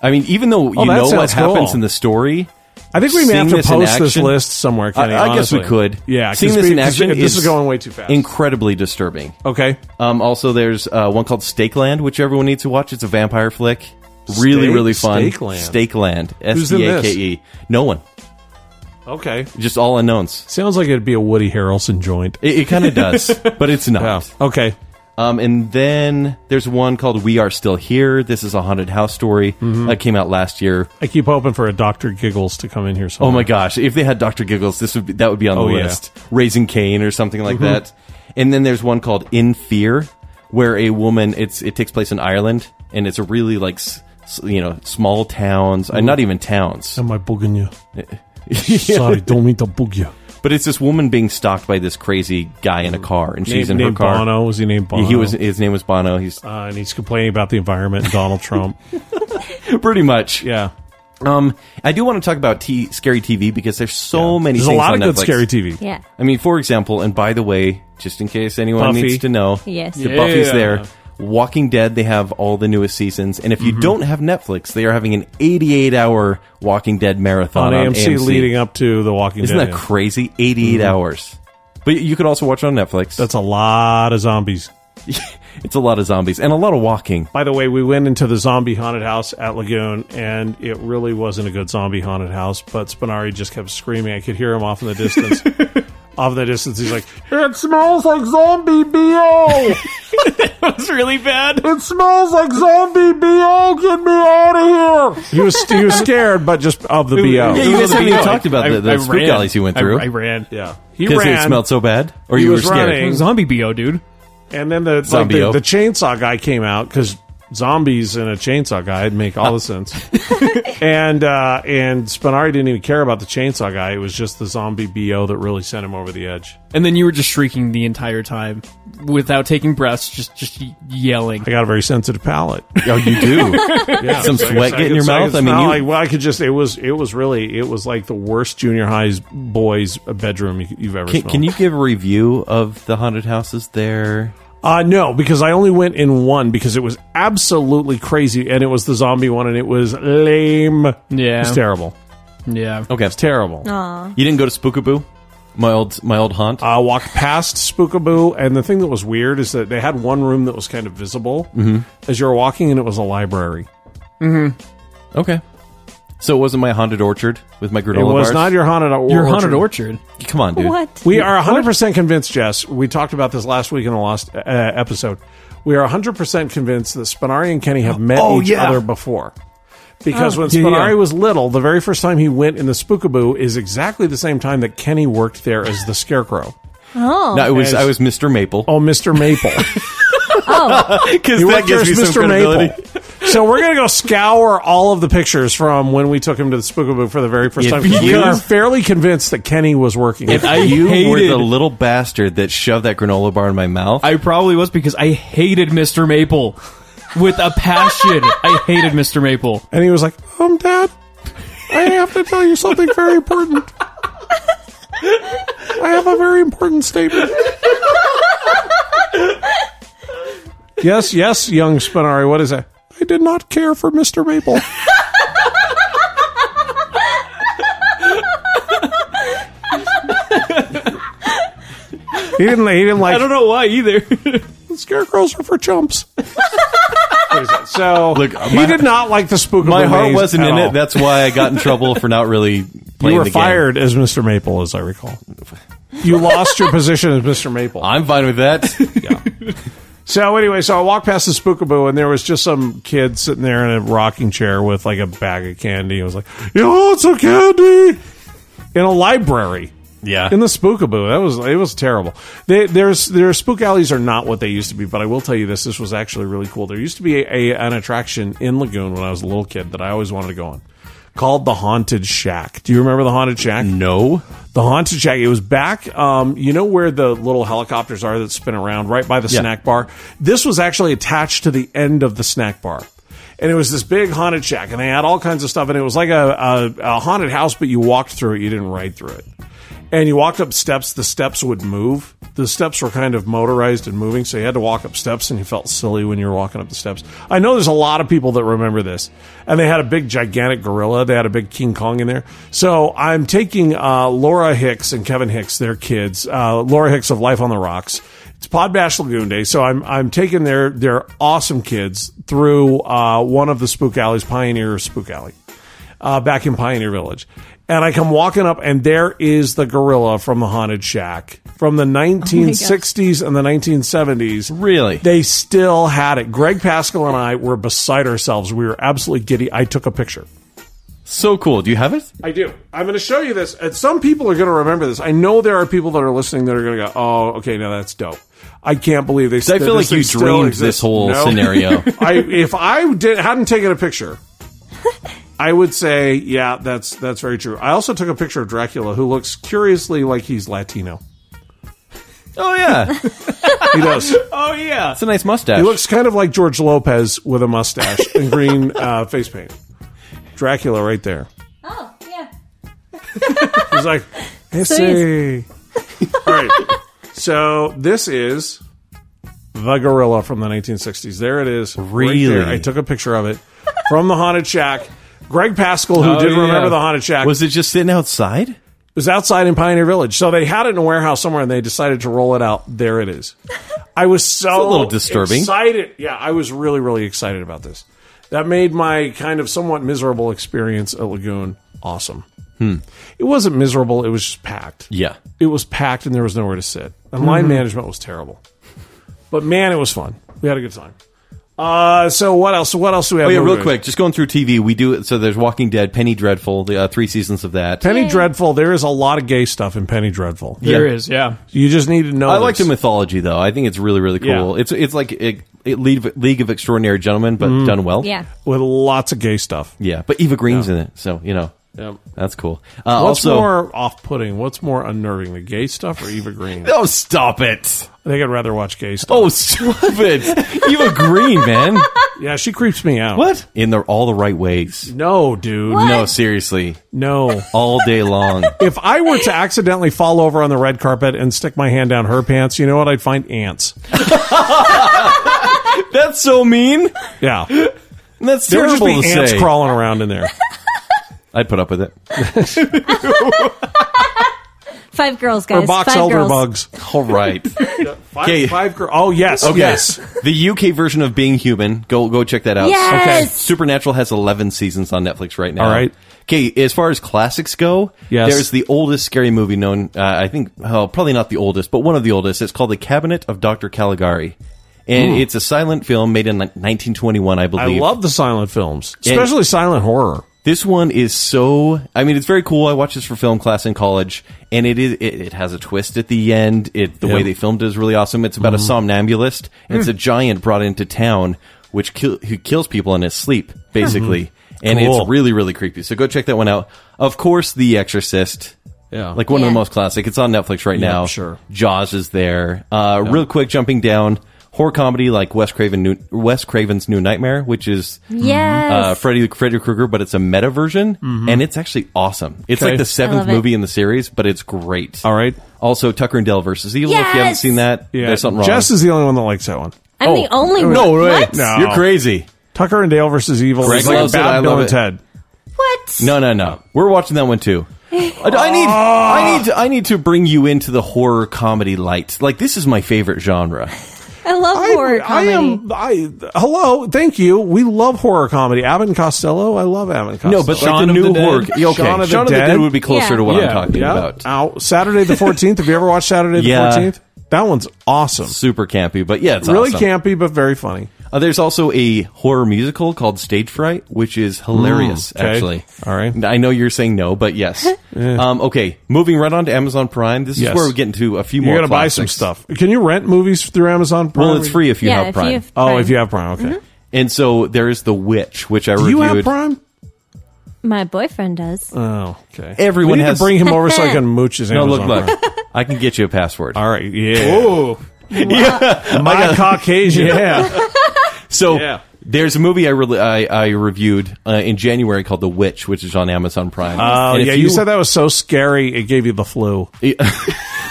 I mean, even though you that know what sounds cool. happens in the story, I think we may have seeing to this in post this action- list somewhere, Kenny. I, I guess we honestly. could. Yeah. 'cause seeing this we- in 'cause action This is is going way too fast. Incredibly disturbing. okay. Um, also, there's uh, one called Stakeland, which everyone needs to watch. It's a vampire flick. Really, Stake- really fun. Stakeland. Stakeland. S Who's in T A this? K E. No one. Okay. Just all unknowns. Sounds like it'd be a Woody Harrelson joint. It, it kind (laughs) of does, but it's Wow. not. Okay. Um, and then there's one called We Are Still Here. This is a haunted house story Mm-hmm. that came out last year. I keep hoping for a Doctor Giggles to come in here. Somewhere. Oh my gosh! If they had Doctor Giggles, this would be, that would be on the Oh, yeah. Mm-hmm. list. Raising Cain or something like that. And then there's one called In Fear, where a woman. It's it takes place in Ireland, and it's a really like s- s- you know small towns, Mm. uh, not even (laughs) towns. Am I bugging (laughs) you? Sorry, don't mean to bug you. But it's this woman being stalked by this crazy guy in a car, and she's Name- in her named car. Bono. Was he named Bono? He was his name was Bono. He's Uh, and he's complaining about the environment and Donald (laughs) Trump. pretty much. Uh, Yeah. Um, I do want to talk about t- scary TV because there's so many. There's a things lot on of good Netflix. scary TV. Yeah. I mean, for example, and by the way, just in case anyone Buffy. needs to know, Yes. the Yeah. Buffy's there. Walking Dead, they have all the newest seasons, and if you don't have Netflix, they are having an 88-hour Walking Dead On marathon on, AMC, leading up to The Walking Isn't Dead. that crazy? 88 hours. But you could also watch it on Netflix. That's a lot of zombies. (laughs) it's a lot of zombies and a lot of walking. By the way, we went into the zombie haunted house at Lagoon, and it really wasn't a good zombie haunted house. But Spinari just kept screaming. I could hear him off in the (laughs) distance. off in the distance, he's like, "It smells like zombie bo. It's really bad. it smells like zombie bo. Get me out of here." He was he was scared, but just of the bo. Yeah, It you was guys haven't even a- talked about I- the, the I spook ran. alleys you went I- through I, ran. Yeah. he because it ran. smelled so bad, or He you were was scared. running. Zombie bo, dude. And then the like Zombie the, O. the chainsaw guy came out because zombies and a chainsaw guy would make all the sense. and uh, and Spinari didn't even care about the chainsaw guy. It was just the zombie bo that really sent him over the edge. And then you were just shrieking the entire time without taking breaths, just just yelling. I got a very sensitive palate. Oh, you do. Yeah, Some So I sweat guess- get in your so mouth? guess I mean, now you- like, well, I could just. It was it was really it was like the worst junior high's boys bedroom you- you've ever. Can, smelled. can you give a review of the haunted houses there? Uh, no, because I only went in one because it was absolutely crazy, and it was the zombie one, and it was lame. Yeah. it's terrible. Yeah. Okay, It's terrible. you didn't go to Spookaboo, my old my old haunt. I uh, walked past Spookaboo, and the thing that was weird is that they had one room that was kind of visible Mm-hmm. as you were walking, and it was a library. okay, so it wasn't my haunted orchard with my granola It was bars? not your haunted or- Your orchard. haunted orchard. Come on, dude. What? We are 100% convinced, Jess. We talked about this last week in the last uh, episode. We are 100% convinced that Spinari and Kenny have met Oh, each yeah. other before. Because when Oh. yeah, yeah. Spinari was little, the very first time he went in the Spookaboo is exactly the same time that Kenny worked there as the Scarecrow. Oh. No, it was I was Mr. Maple (laughs) Oh, Mr. (laughs) Maple. Oh. because You went there as Mr. Maple. (laughs) So we're gonna go scour all of the pictures from when we took him to the Spookaboo for the very first If time. you- We are fairly convinced that Kenny was working. If with him. you were hated- the little bastard that shoved that granola bar in my mouth, I probably was because I hated Mr. Maple with a passion. I hated Mr. Maple. and he was like, "Um, Dad, I have to tell you something very important. I have a very important statement." yes, yes, young Spinari. What is that? I did not care for Mr. Maple. He didn't. He didn't like. I don't know why either. Scarecrows are for chumps. What is it? so Look, uh, he my- did not like the spook. of my the heart maze wasn't at in all. it. That's why I got in trouble for not really you playing were the game. fired as Mr. Maple, as I recall. You lost your position as Mr. Maple. I'm fine with that. So anyway, so I walked past the spookaboo, and there was just some kid sitting there in a rocking chair with like a bag of candy. I was like, "You want some candy?" In a library. yeah, in the spookaboo. That was it was terrible. They, there's their spook alleys are not what they used to be, but I will tell you this: this was actually really cool. There used to be a, a- an attraction in Lagoon when I was a little kid that I always wanted to go on, called the Haunted Shack. Do you remember the Haunted Shack? no. The Haunted Shack. It was back, um, you know where the little helicopters are that spin around, right by the Yeah. snack bar. This was actually attached to the end of the snack bar. And it was this big haunted shack, and they had all kinds of stuff, and it was like a, a, a haunted house, but you walked through it, you didn't ride through it. and you walked up steps, the steps would move. The steps were kind of motorized and moving, so you had to walk up steps and you felt silly when you were walking up the steps. I know there's a lot of people that remember this. And they had a big, gigantic gorilla, they had a big King Kong in there. So I'm taking uh, Laura Hicks and Kevin Hicks, their kids, uh, Laura Hicks of Life on the Rocks. It's Pod Bash Lagoon Day, so I'm I'm taking their their awesome kids through uh, one of the spook alleys, Pioneer Spook Alley uh, back in Pioneer Village. And I come walking up, and there is the gorilla from the Haunted Shack from the 1960s and the 1970s. Really? They still had it. Greg Pascal and I were beside ourselves. We were absolutely giddy. I took a picture. So cool. Do you have it? I do. I'm going to show you this. And some people are going to remember this. I know there are people that are listening that are going to go, oh, okay, now that's dope. I can't believe they. I feel like you dreamed this whole scenario. (laughs) I if I did hadn't taken a (laughs) picture, I would say, yeah, that's that's very true. I also took a picture of Dracula, who looks curiously like he's Latino. Oh yeah, He (laughs) does. he Oh yeah. that's a nice mustache. looks kind of like George Lopez with a mustache and green uh, face paint. Dracula, right there. Oh, yeah. He's like, hey, see. All right. So this is the gorilla from the 1960s. There it is. right Really? there. I took a picture of it from the haunted shack. Greg Pascal, who Oh, did yeah. remember the haunted shack, was it just sitting outside? was outside in Pioneer Village. So they had it in a warehouse somewhere, and they decided to roll it out. There it is. I was so a little disturbing. Excited, yeah. I was really, really excited about this. That made my kind of somewhat miserable experience at Lagoon awesome. Hmm. It wasn't miserable. It was just packed Yeah. it was packed and there was nowhere to sit. And Mm-hmm. line management was terrible. But man, it was fun. We had a good time. Uh, so what else? What else do we have? Oh yeah, real Movies. quick, just going through TV, we do it. So there's Walking Dead, Penny Dreadful, the uh, three seasons of that. Penny Dreadful. There is a lot of gay stuff in Penny Dreadful. (laughs) There is, yeah. You just need to know. I like the this. mythology though. I think it's really really cool. Yeah. It's it's like it, it League, of- League of Extraordinary Gentlemen, but done well. Yeah. with lots of gay stuff. yeah. But Eva Green's in it, so you know that's cool. Uh, What's also, more off-putting? What's more unnerving, the gay stuff or Eva Green? oh stop it! I think I'd rather watch gay stuff. Oh stop (laughs) it! Eva Green, man, yeah, she creeps me out. Oh. what in the all the right ways? No, dude, What? No, seriously, no. all day long. if I were to accidentally fall over on the red carpet and stick my hand down her pants, you know what? I'd find ants. (laughs) that's so mean. Yeah, That's there would just terrible be to ants say. crawling around in (laughs) there. I'd put up with it. Five girls, guys. or box Five elder girls. bugs. All (laughs) right. Okay. Five girl. Oh yes, Okay. yes. The UK version of Being Human. Go go check that out. Yes! Okay. Supernatural has 11 seasons on Netflix right now. All right. Okay, as far as classics go, Yes. there's the oldest scary movie known, uh, I think, oh, probably not the oldest, but one of the oldest. It's called The Cabinet of Dr. Caligari. And it's a silent film made in like, 1921, I I believe. love the silent films, especially silent horror. This one is so. I mean, it's very cool. I watched this for film class in college, and it is. It, it has a twist at the end. It the way they filmed it is really awesome. It's about a Mm-hmm. somnambulist. And Hmm. It's a giant brought into town, which kill, who kills people in his sleep, basically. And Hmm. Cool. it's really really creepy. So go check that one out. Of course, The Exorcist. Yeah. like one of Yeah. the most classic. It's on Netflix right now. sure. Jaws is there. Uh, Real quick, jumping down. Horror comedy like Wes Craven, New, Wes Craven's New Nightmare, which is Yes. uh, Freddy Freddy Krueger, but it's a meta version, and it's actually awesome. It's Okay. like the I seventh love it. movie in the series, but it's great. Uh, All right. Also, Tucker and Dale versus Evil. If you haven't Yes! seen that, Yeah. there's something wrong. Jess is the only one that likes that one. I'm the only one. no way, What? No. you're crazy. Tucker and Dale versus Evil. Greg is like loves a it, bad I Bill love and it. Ted. What? No, no, no. We're watching that one too. I, I need, I need, to, I need to bring you into the horror comedy light. Like this is my favorite genre. I love horror I comedy. am. I hello. Thank you. We love horror comedy. Abbott and Costello. I love Abbott and Costello. No, but like Shaun the of the new Dead. horror. Okay, Shaun of the Dead? would be closer Yeah. to what I'm Yeah. talking yeah. about. Ow. Saturday the Fourteenth. Have you ever watched Saturday the Yeah. Fourteenth? That one's awesome. Super campy, but yeah, it's really awesome. campy, but very funny. Uh, there's also a horror musical called Stage Fright, which is hilarious, Hmm, okay. actually. All right. I know you're saying no, (laughs) but yes. um, okay, moving right on to Amazon Prime. This Yes. is where we get into a few You're more. gonna buy some classics. stuff. Can you rent movies through Amazon? Prime? Well, it's free if you yeah, have if Prime. you have Oh, Prime. if you have Prime, okay. Mm-hmm. and so there is The Witch, which I Do reviewed. you have Prime? My boyfriend does. Oh, okay. Everyone we need has- to bring him over so I (laughs) can mooch his No, Amazon look, Prime. look. (laughs) I can get you a password. All (laughs) right, yeah. Oh. My Caucasian. Yeah. So Yeah. There's a movie I really I, I reviewed uh, in January called The Witch, which is on Amazon Prime. Oh, And if yeah. You, said that was so scary, it gave you the flu.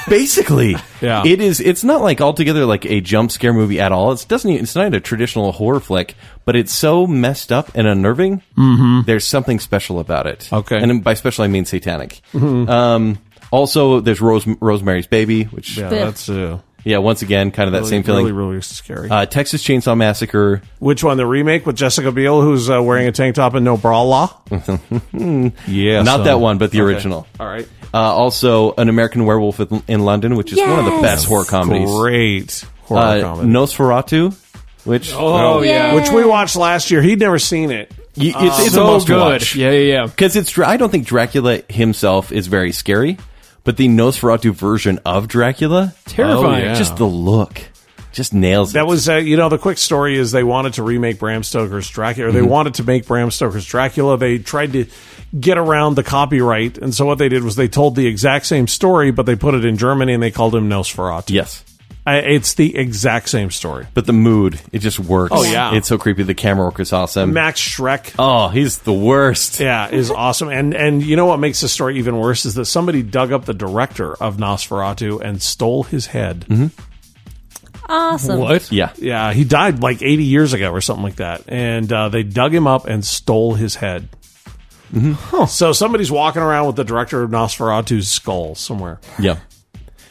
basically Yeah. it is it's not like altogether like a jump scare movie at all it doesn't even, it's not a traditional horror flick but it's so messed up and unnerving mm-hmm. there's something special about it Okay. Mm-hmm. and by special i mean satanic um also there's Rose, rosemary's baby which Yeah, yeah, that's uh, once again kind of that same feeling really, really scary. uh, texas chainsaw massacre Which one? The remake with Jessica Biel, who's uh, wearing a tank top and no bra (laughs) law? yeah. not so- that one but the original All right. uh, also an american werewolf in, in london which is one of the Yes. best horror comedies Great horror uh, comedy. nosferatu which Oh, yeah. Yay. Which we watched last year. He'd never seen it. y- it's, it's a so must good. watch. Yeah, yeah, yeah. because it's I don't think Dracula himself is very scary, but the Nosferatu version of Dracula Terrifying. Oh, yeah. Just the look, just nails it. That was, uh, you know, the quick story is they wanted to remake Bram Stoker's Dracula. Or they wanted to make Bram Stoker's Dracula. They tried to get around the copyright, and so what they did was they told the exact same story, but they put it in Germany and they called him Nosferatu. yes, I, it's the exact same story. but the mood it just works. Oh, yeah. it's so creepy. The camera work is awesome. Max Schreck. oh, he's the worst. Yeah, is awesome. And and you know what makes the story even worse is that somebody dug up the director of Nosferatu and stole his head. Awesome. What? Yeah, Yeah, he died like 80 years ago or something like that. And uh, they dug him up and stole his head. Mm-hmm. So somebody's walking around with the director of Nosferatu's skull somewhere. yeah.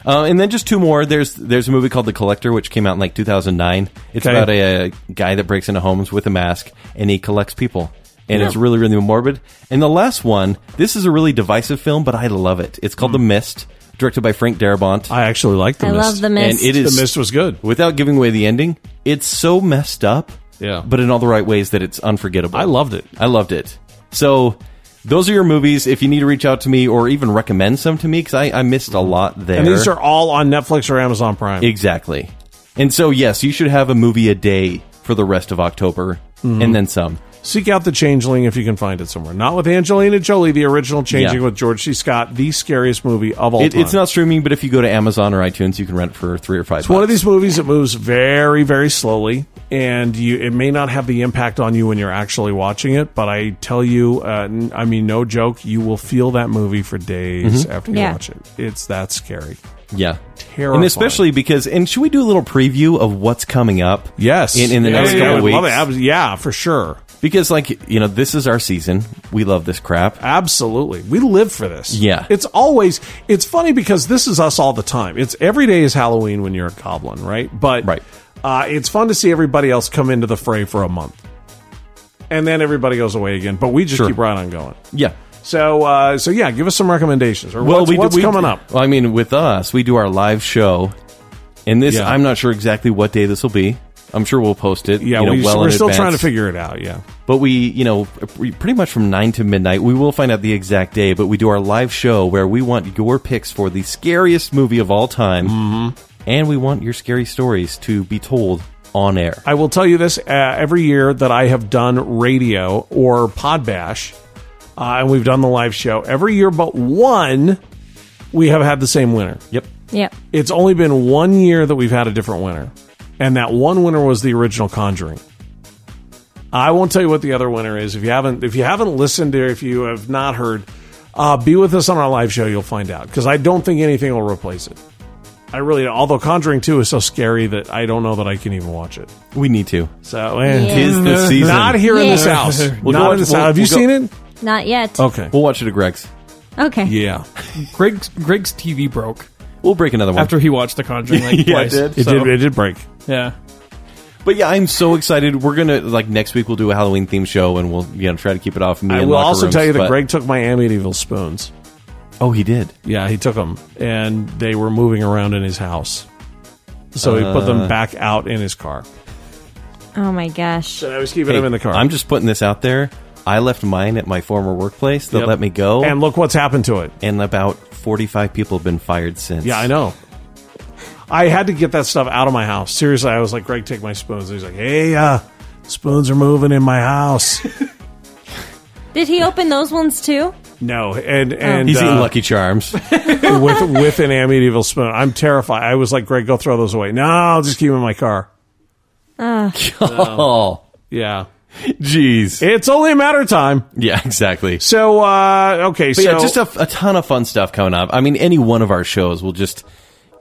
Uh, and then just two more. There's there's a movie called The Collector, which came out in like 2009. It's Okay. about a, uh guy that breaks into homes with a mask and he collects people, and it's really really morbid. And the last one, this is a really divisive film, but I love it. It's called The Mist, directed by Frank Darabont. Hmm. I actually like the I mist. love the mist. And it The is mist was good. without giving away the ending. It's so messed up, Yeah. but in all the right ways that it's unforgettable. I loved it. I loved it. So those are your movies. If you need to reach out to me or even recommend some to me, because I, I missed a lot there. Mm-hmm. And these are all on Netflix or Amazon Prime. exactly. And so yes, you should have a movie a day for the rest of October, Mm-hmm. and then some. Seek out The Changeling if you can find it somewhere. Not with Angelina Jolie, the original Changeling Yeah. with George C. Scott, the scariest movie of all It, time. it's not streaming, but if you go to Amazon or iTunes, you can rent it for three or five. It's one of these movies that moves very, very slowly, and you it may not have the impact on you when you're actually watching it. But I tell you, uh, n- I mean, no joke, you will feel that movie for days after you Yeah. watch it. It's that scary. Yeah. Terrifying. And especially because, and should we do a little preview of what's coming up? Yes, In, in the Yeah, next yeah, couple yeah, I weeks. love it. Abs- yeah, for sure, Because, like, you know, this is our season. We love this crap. absolutely. We live for this. Yeah. it's always. It's funny because this is us all the time. It's every day is Halloween when you're a goblin, right? But Right. uh, it's fun to see everybody else come into the fray for a month. And then everybody goes away again, but we just Sure. keep right on going. Yeah. So, uh, so yeah, give us some recommendations. Or what's, do- what's coming up? Well, I mean, with us, we do our live show. And this, Yeah. I'm not sure exactly what day this will be. I'm sure we'll post it. Yeah, you know, we, well we're in still trying to advance. figure it out. Yeah, But we, you know, pre- pretty much from 9 to midnight, we will find out the exact day, but we do our live show where we want your picks for the scariest movie of all time. Mm-hmm. And we want your scary stories to be told on air. I will tell you this: uh, every year that I have done radio or Podbash, uh, and we've done the live show every year, but one, we have had the same winner. Yep. Yep. It's only been one year that we've had a different winner, and that one winner was the original Conjuring. I won't tell you what the other winner is if you haven't if you haven't listened or if you have not heard. Uh, be with us on our live show; you'll find out because I don't think anything will replace it. I really, don't. although Conjuring Two is so scary that I don't know that I can even watch it. We need to. So, eh, Yeah. Tis the season. not here in this Yeah. house. We'll not go- in this we'll- house. Have you we'll go- seen it? Not yet. Okay. We'll watch it at Greg's. Okay. Yeah, Greg's Greg's TV broke We'll break another one. after he watched The Conjuring like Yeah, it twice. did. it so- did. It did break. Yeah. but yeah, I'm so excited. We're gonna like next week. We'll do a Halloween themed show, and we'll you know try to keep it off. Me I and will locker also rooms, tell you but- that Greg took my Amityville spoons. Oh, he did. Yeah, he took them, and they were moving around in his house. So he put Uh. them back out in his car. Oh my gosh. And I was keeping Hey, them in the car. I'm just putting this out there. I left mine at my former workplace. They Yep. let me go, and and, look what's happened to it. about 45 people have been fired since. Yeah, I know. I had to get that stuff out of my house. Seriously, I was like, Greg, take my spoons. He's like, Hey, uh, spoons are moving in my (laughs) house. Did he open those ones too? no, and and He's eating uh, (laughs) Lucky Charms. (laughs) with with an Amityville spoon. I'm terrified. I was like, Greg, go throw those away. No, I'll just keep them in my car. oh, Yeah. Jeez. It's only a matter of time. yeah, exactly. So, uh, okay. But so, yeah, just a, a ton of fun stuff coming up. I mean, any one of our shows will just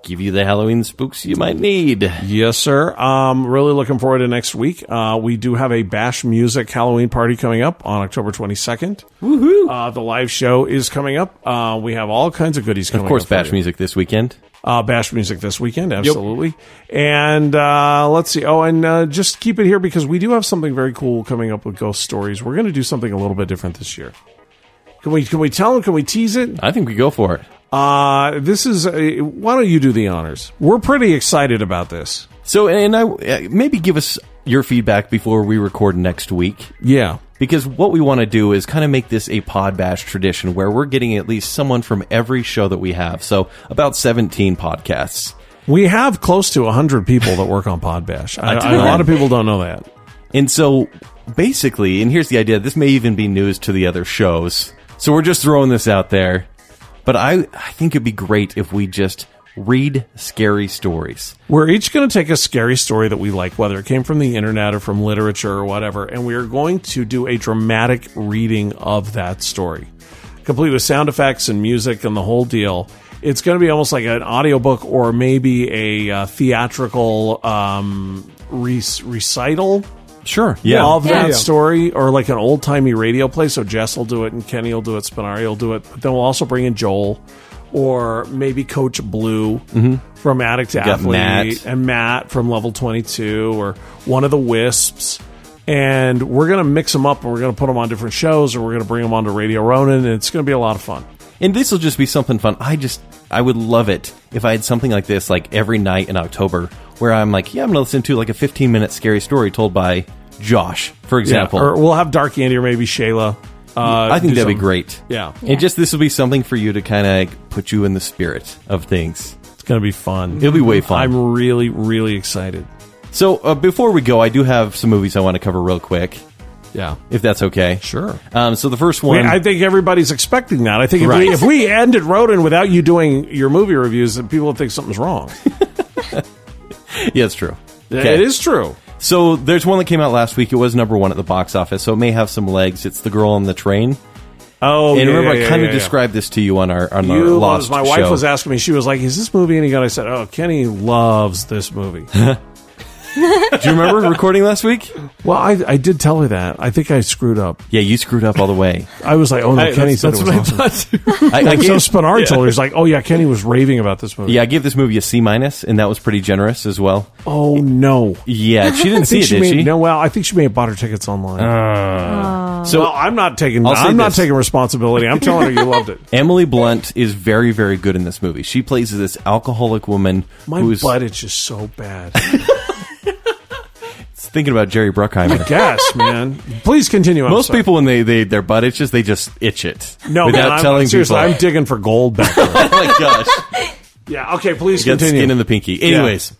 give you the Halloween spooks you might need. Yes, sir. Um, really looking forward to next week. Uh, we do have a Bash Music Halloween party coming up on October 22nd. Woohoo! Uh, the live show is coming up. Uh, we have all kinds of goodies coming Of course, up for Bash you. Music this weekend. uh, Bash Music this weekend, absolutely. And uh, let's see. Oh, and uh, just keep it here because we do have something very cool coming up with Ghost Stories. We're going to do something a little bit different this year. Can we can we tell them? Can we tease it? I think we go for it. Uh, this is a, why don't you do the honors? We're pretty excited about this. So, and I uh, maybe give us your feedback before we record next week. Yeah, Because what we want to do is kind of make this a pod bash tradition where we're getting at least someone from every show that we have. So about 17 podcasts. we have close to hundred people that work on Pod Bash. I, I, a lot of people don't know that. And so basically, and here's the idea this may even be news to the other shows. So we're just throwing this out there. But I, I think it'd be great if we just read scary stories. We're each going to take a scary story that we like, whether it came from the internet or from literature or whatever, and we are going to do a dramatic reading of that story, complete with sound effects and music and the whole deal. It's going to be almost like an audiobook or maybe a uh, theatrical um, re- recital Sure. of Yeah. that Yeah. story or like an old timey radio play. So Jess will do it and Kenny will do it, Spinari will do it. But then we'll also bring in Joel or maybe Coach Blue from Addict to Mm-hmm. got Athlete Matt. and Matt from Level 22 or one of the Wisps. And we're going to mix them up and we're going to put them on different shows or we're going to bring them onto Radio Ronin and it's going to be a lot of fun. And this will just be something fun. I just, I would love it if I had something like this, like every night in October, where I'm like, yeah, I'm going to listen to like a 15 minute scary story told by Josh, for example. Or we'll have Dark Andy or maybe Shayla. Uh, I think do that'd be some- great. Yeah. And just this will be something for you to kind of put you in the spirit of things. It's going to be fun. It'll be way fun. I'm really, really excited. so uh, before we go, I do have some movies I want to cover real quick, Yeah. if that's okay. Sure. Um, so the first We- one, I think everybody's expecting that. I think if, Right. we, if we ended Rodin without you doing your movie reviews, then people would think something's wrong. yeah, it's true. It is true. So there's one that came out last week. It was number one at the box office, so it may have some legs. It's the girl on the train. Oh, And remember, I kind of described this to you on our on our You loves, lost. my wife show. was asking me. She was like, "Is this movie any good?" I said, "Oh, Kenny loves this (laughs) movie." Do you (laughs) remember recording last week? well, I, I did tell her that. I think I screwed up. Yeah, you screwed up all (laughs) the way. I was like, "Oh no, Hey, Kenny that's, said that's it was awesome." (laughs) what I thought. too. (laughs) I, I So gave, Spinari told her, "He's like, oh yeah, Kenny was raving about this movie." yeah, I gave this movie a C minus, and that was pretty generous as well. Oh no. Yeah, she didn't I see think it, she did may, she? no. Well, I think she may have bought her tickets online. Uh, So well, I'm not taking. I'll say I'm not this. taking responsibility. I'm telling her (laughs) you loved it. Emily Blunt is very, very good in this movie. She plays this alcoholic woman My who's butt itches so bad. thinking about Jerry Bruckheimer. Guess, (laughs) man. Please continue. I'm Most sorry. people, when they, they their butt itches, they just itch it no, without man, I'm, telling seriously, people. I'm digging for gold back (laughs) there. (laughs) oh my gosh, yeah. Okay, please get continue. skin in the pinky. Yeah. Anyways,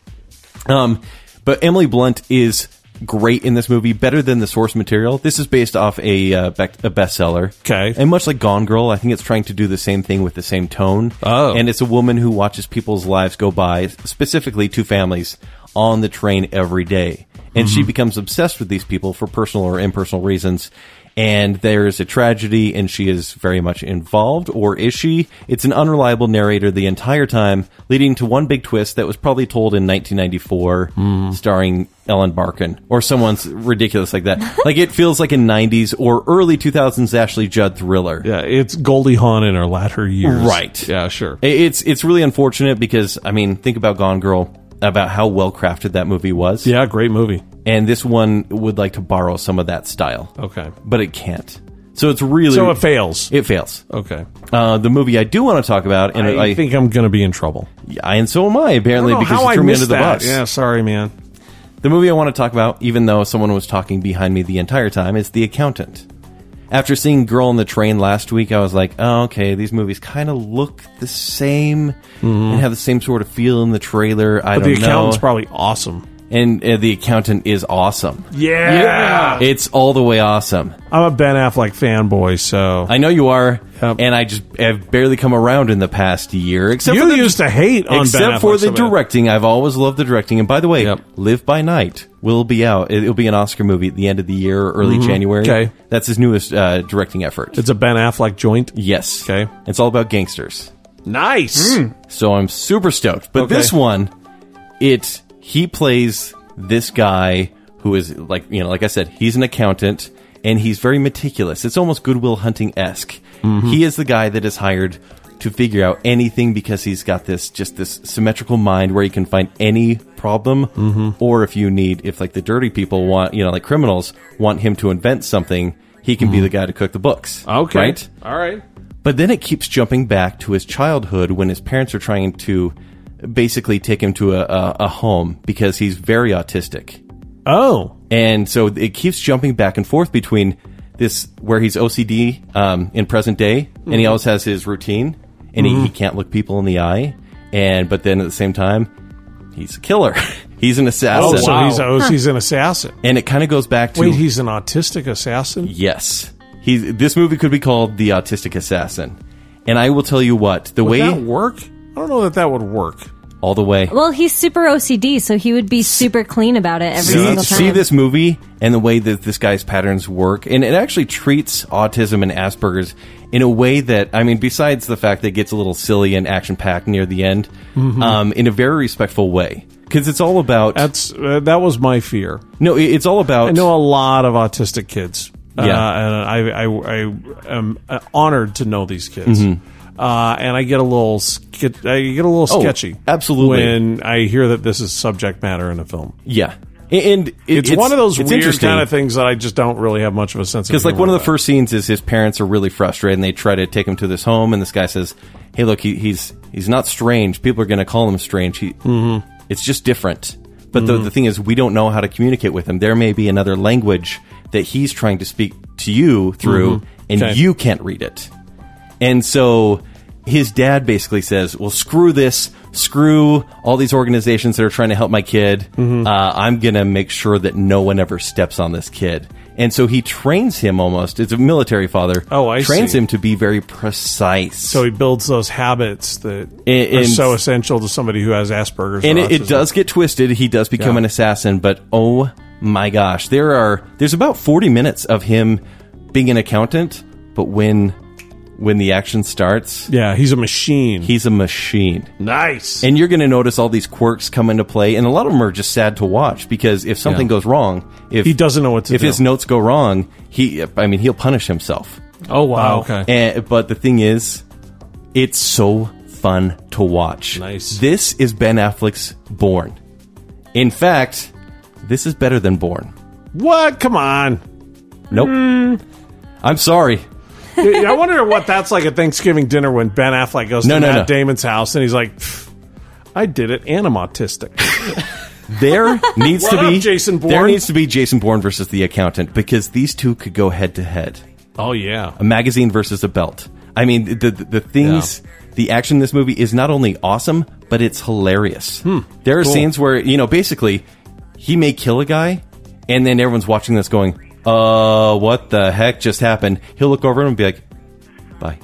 um, but Emily Blunt is great in this movie, better than the source material. This is based off a uh, bec- a bestseller. Okay. and much like Gone Girl, I think it's trying to do the same thing with the same tone. Oh. and it's a woman who watches people's lives go by, specifically two families on the train every day, and she becomes obsessed with these people for personal or impersonal reasons. And there is a tragedy, and she is very much involved, or is she? It's an unreliable narrator the entire time, leading to one big twist that was probably told in 1994, starring Ellen Barkin or someone's ridiculous like that. like it feels like a 90s or early 2000s Ashley Judd thriller. yeah, it's Goldie Hawn in her latter years. Right. Yeah, sure. I- It's it's really unfortunate because I mean, think about Gone Girl, about how well crafted that movie was. yeah, great movie. And this one would like to borrow some of that style. Okay. But it can't. So it's really So it fails. It fails. okay. Uh, the movie I do want to talk about, and I, I, think I'm going to be in trouble. I- and so am I I apparently don't know because how you I threw me missed under the that. bus. Yeah, sorry, man. The movie I want to talk about, even though someone was talking behind me the entire time, is The Accountant. After seeing Girl on the Train last week, I was like, oh, okay, these movies kind of look the same and have the same sort of feel in the trailer. Mm-hmm. But I don't the accountant's know. probably awesome. and uh, the accountant is awesome. Yeah. It's all the way awesome. I'm a Ben Affleck fanboy, so I know you are, Yep. and I just have barely come around in the past year. Except for you the, used to hate on except Ben Affleck for the so bad. directing. I've always loved the directing. And by the way, Yep. Live by Night will be out. It- It'll be an Oscar movie at the end of the year, early January. Mm-hmm. Okay. that's his newest uh, directing effort. It's a Ben Affleck joint. yes. Okay. it's all about gangsters. Nice. So I'm super stoked. But Okay. this one, it he plays this guy who is like you know, like I said, he's an accountant and he's very meticulous. It's almost Goodwill Hunting esque. Mm-hmm. He is the guy that is hired to figure out anything because he's got this just this symmetrical mind where he can find any problem Mm-hmm. or if you need if like the dirty people want you know like criminals want him to invent something he can be the guy to cook the books Mm-hmm. Okay. right All right. but then it keeps jumping back to his childhood when his parents are trying to basically take him to a, a, a home because he's very autistic. Oh. And so it keeps jumping back and forth between this, where he's OCD um, in present day, and Mm-hmm. he always has his routine, and he, he can't look people in the eye. And but then at the same time, he's a killer. (laughs) he's an Oh, assassin. so wow. he's, oh, he's an assassin. And it kind of goes back to Wait, he's an autistic assassin? yes, he's this movie could be called the Autistic Assassin. And I will tell you what the Would way that work? I don't know that that would work. all the way. Well, he's super OCD, so he would be super clean about it every see, single time. see this movie and the way that this guy's patterns work, and it actually treats autism and Asperger's in a way that I mean, besides the fact that it gets a little silly and action packed near the end, Mm-hmm. um, in a very respectful way, because it's all about That's uh, that was my fear. no, it- it's all about I know a lot of autistic kids. Uh, Yeah. and I, I, I am uh, honored to know these kids. Uh, and I get a little ske- I get a little Mm-hmm. Oh, sketchy. absolutely. When I hear that this is subject matter in a film. yeah, and it- It's, one of those it's weird interesting. kind of things that I just don't really have much of a sense of. Because like humor one of the about. first scenes is his parents are really frustrated and they try to take him to this home and this guy says, "Hey, look, he, he's he's not strange. People are going to call him strange. He, It's just different." But the, the thing is, we don't know how to communicate with him. There may be another language that he's trying to speak to you through, and Okay. you can't read it. And so his dad basically says, "Well, screw this, screw all these organizations that are trying to help my kid. Mm-hmm. Uh, I'm gonna make sure that no one ever steps on this kid." And so he trains him almost. It's a military father. Oh, I trains see. him to be very precise. So he builds those habits that And- are and- so essential to somebody who has Asperger's. and or it, it autism. does get twisted. He does become Yeah. an assassin, but oh my gosh, there are there's about 40 minutes of him being an accountant, but when when the action starts, Yeah, he's a machine. he's a machine. nice. And you're going to notice all these quirks come into play, and a lot of them are just sad to watch because if something goes wrong, if He doesn't know what to if do. his notes go wrong, he, I mean, he'll punish himself. Oh wow. okay. And, but the thing is, it's so fun to watch. Nice. This is Ben Affleck's Born. In fact, this is better than Born. what? Come on. Nope. Hmm. I'm sorry. I wonder what that's like at Thanksgiving dinner when Ben Affleck goes No, to no, Matt no. Damon's house and he's like, "Pfft, "I did it, and I'm autistic." (laughs) There (laughs) needs What to be up, Jason There Bourne? needs to be Jason Bourne versus the accountant because these two could go head to head. oh yeah, a magazine versus a belt. I mean, the the, the things, the action in this movie is not only awesome, but it's hilarious. Hmm. there are scenes where you know, basically, he may kill a guy, and then everyone's watching this going, "Uh, what the heck just happened?" He'll look over him and be like, "Bye,"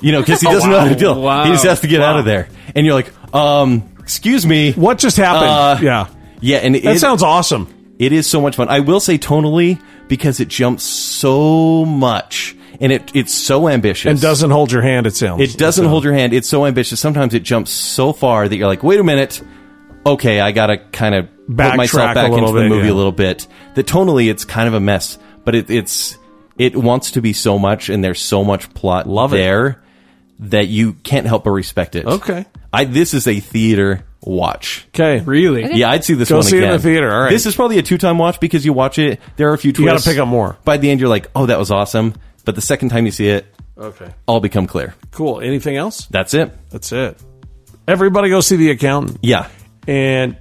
you (laughs) know, Oh, because he doesn't know how to deal. Wow. He just has to get out of there, and you're like, "Um, excuse me, what just happened? Uh, yeah, Yeah, and it, that sounds awesome. it is so much fun. I will say tonally because it jumps so much and it it's so ambitious And doesn't hold your hand. It sounds. It doesn't hold your hand. It's so ambitious. Sometimes it jumps so far that you're like, wait a minute. Okay, I gotta kind of put Backtrack myself a back little into the bit, movie yeah. a little bit. The tonally, it's kind of a mess, but it, it's it wants to be so much, and there's so much plot Love it. there that you can't help but respect it. Okay. I this is a theater watch. Okay, Really? Yeah, I'd see this Go one see it in again. the theater, all right. This is probably a two-time watch because you watch it. There are a few twists. gotta pick up more. By the end, you're like, oh, that was awesome. But the second time you see it, okay, all become clear. cool. Anything else? That's it. That's it. Everybody go see the accountant. Yeah. and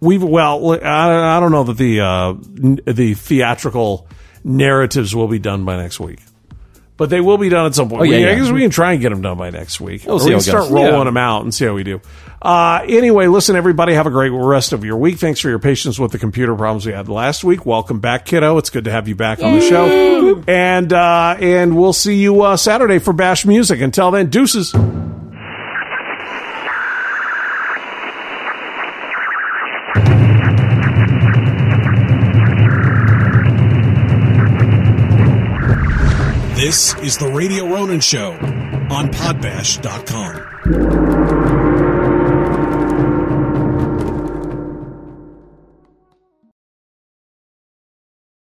we've well i, I don't know that the uh, n- the theatrical narratives will be done by next week but they will be done at some point. Oh, yeah, We- I yeah. guess we can try and get them done by next week. We'll Or see we can how it start goes. rolling Yeah. them out and see how we do. Uh, anyway, listen, everybody, have a great rest of your week. Thanks for your patience with the computer problems we had last week. Welcome back, kiddo. It's good to have you back on the show. And uh, and we'll see you uh, Saturday for Bash Music. Until then, deuces. This is the Radio Ronin Show on Podbash.com.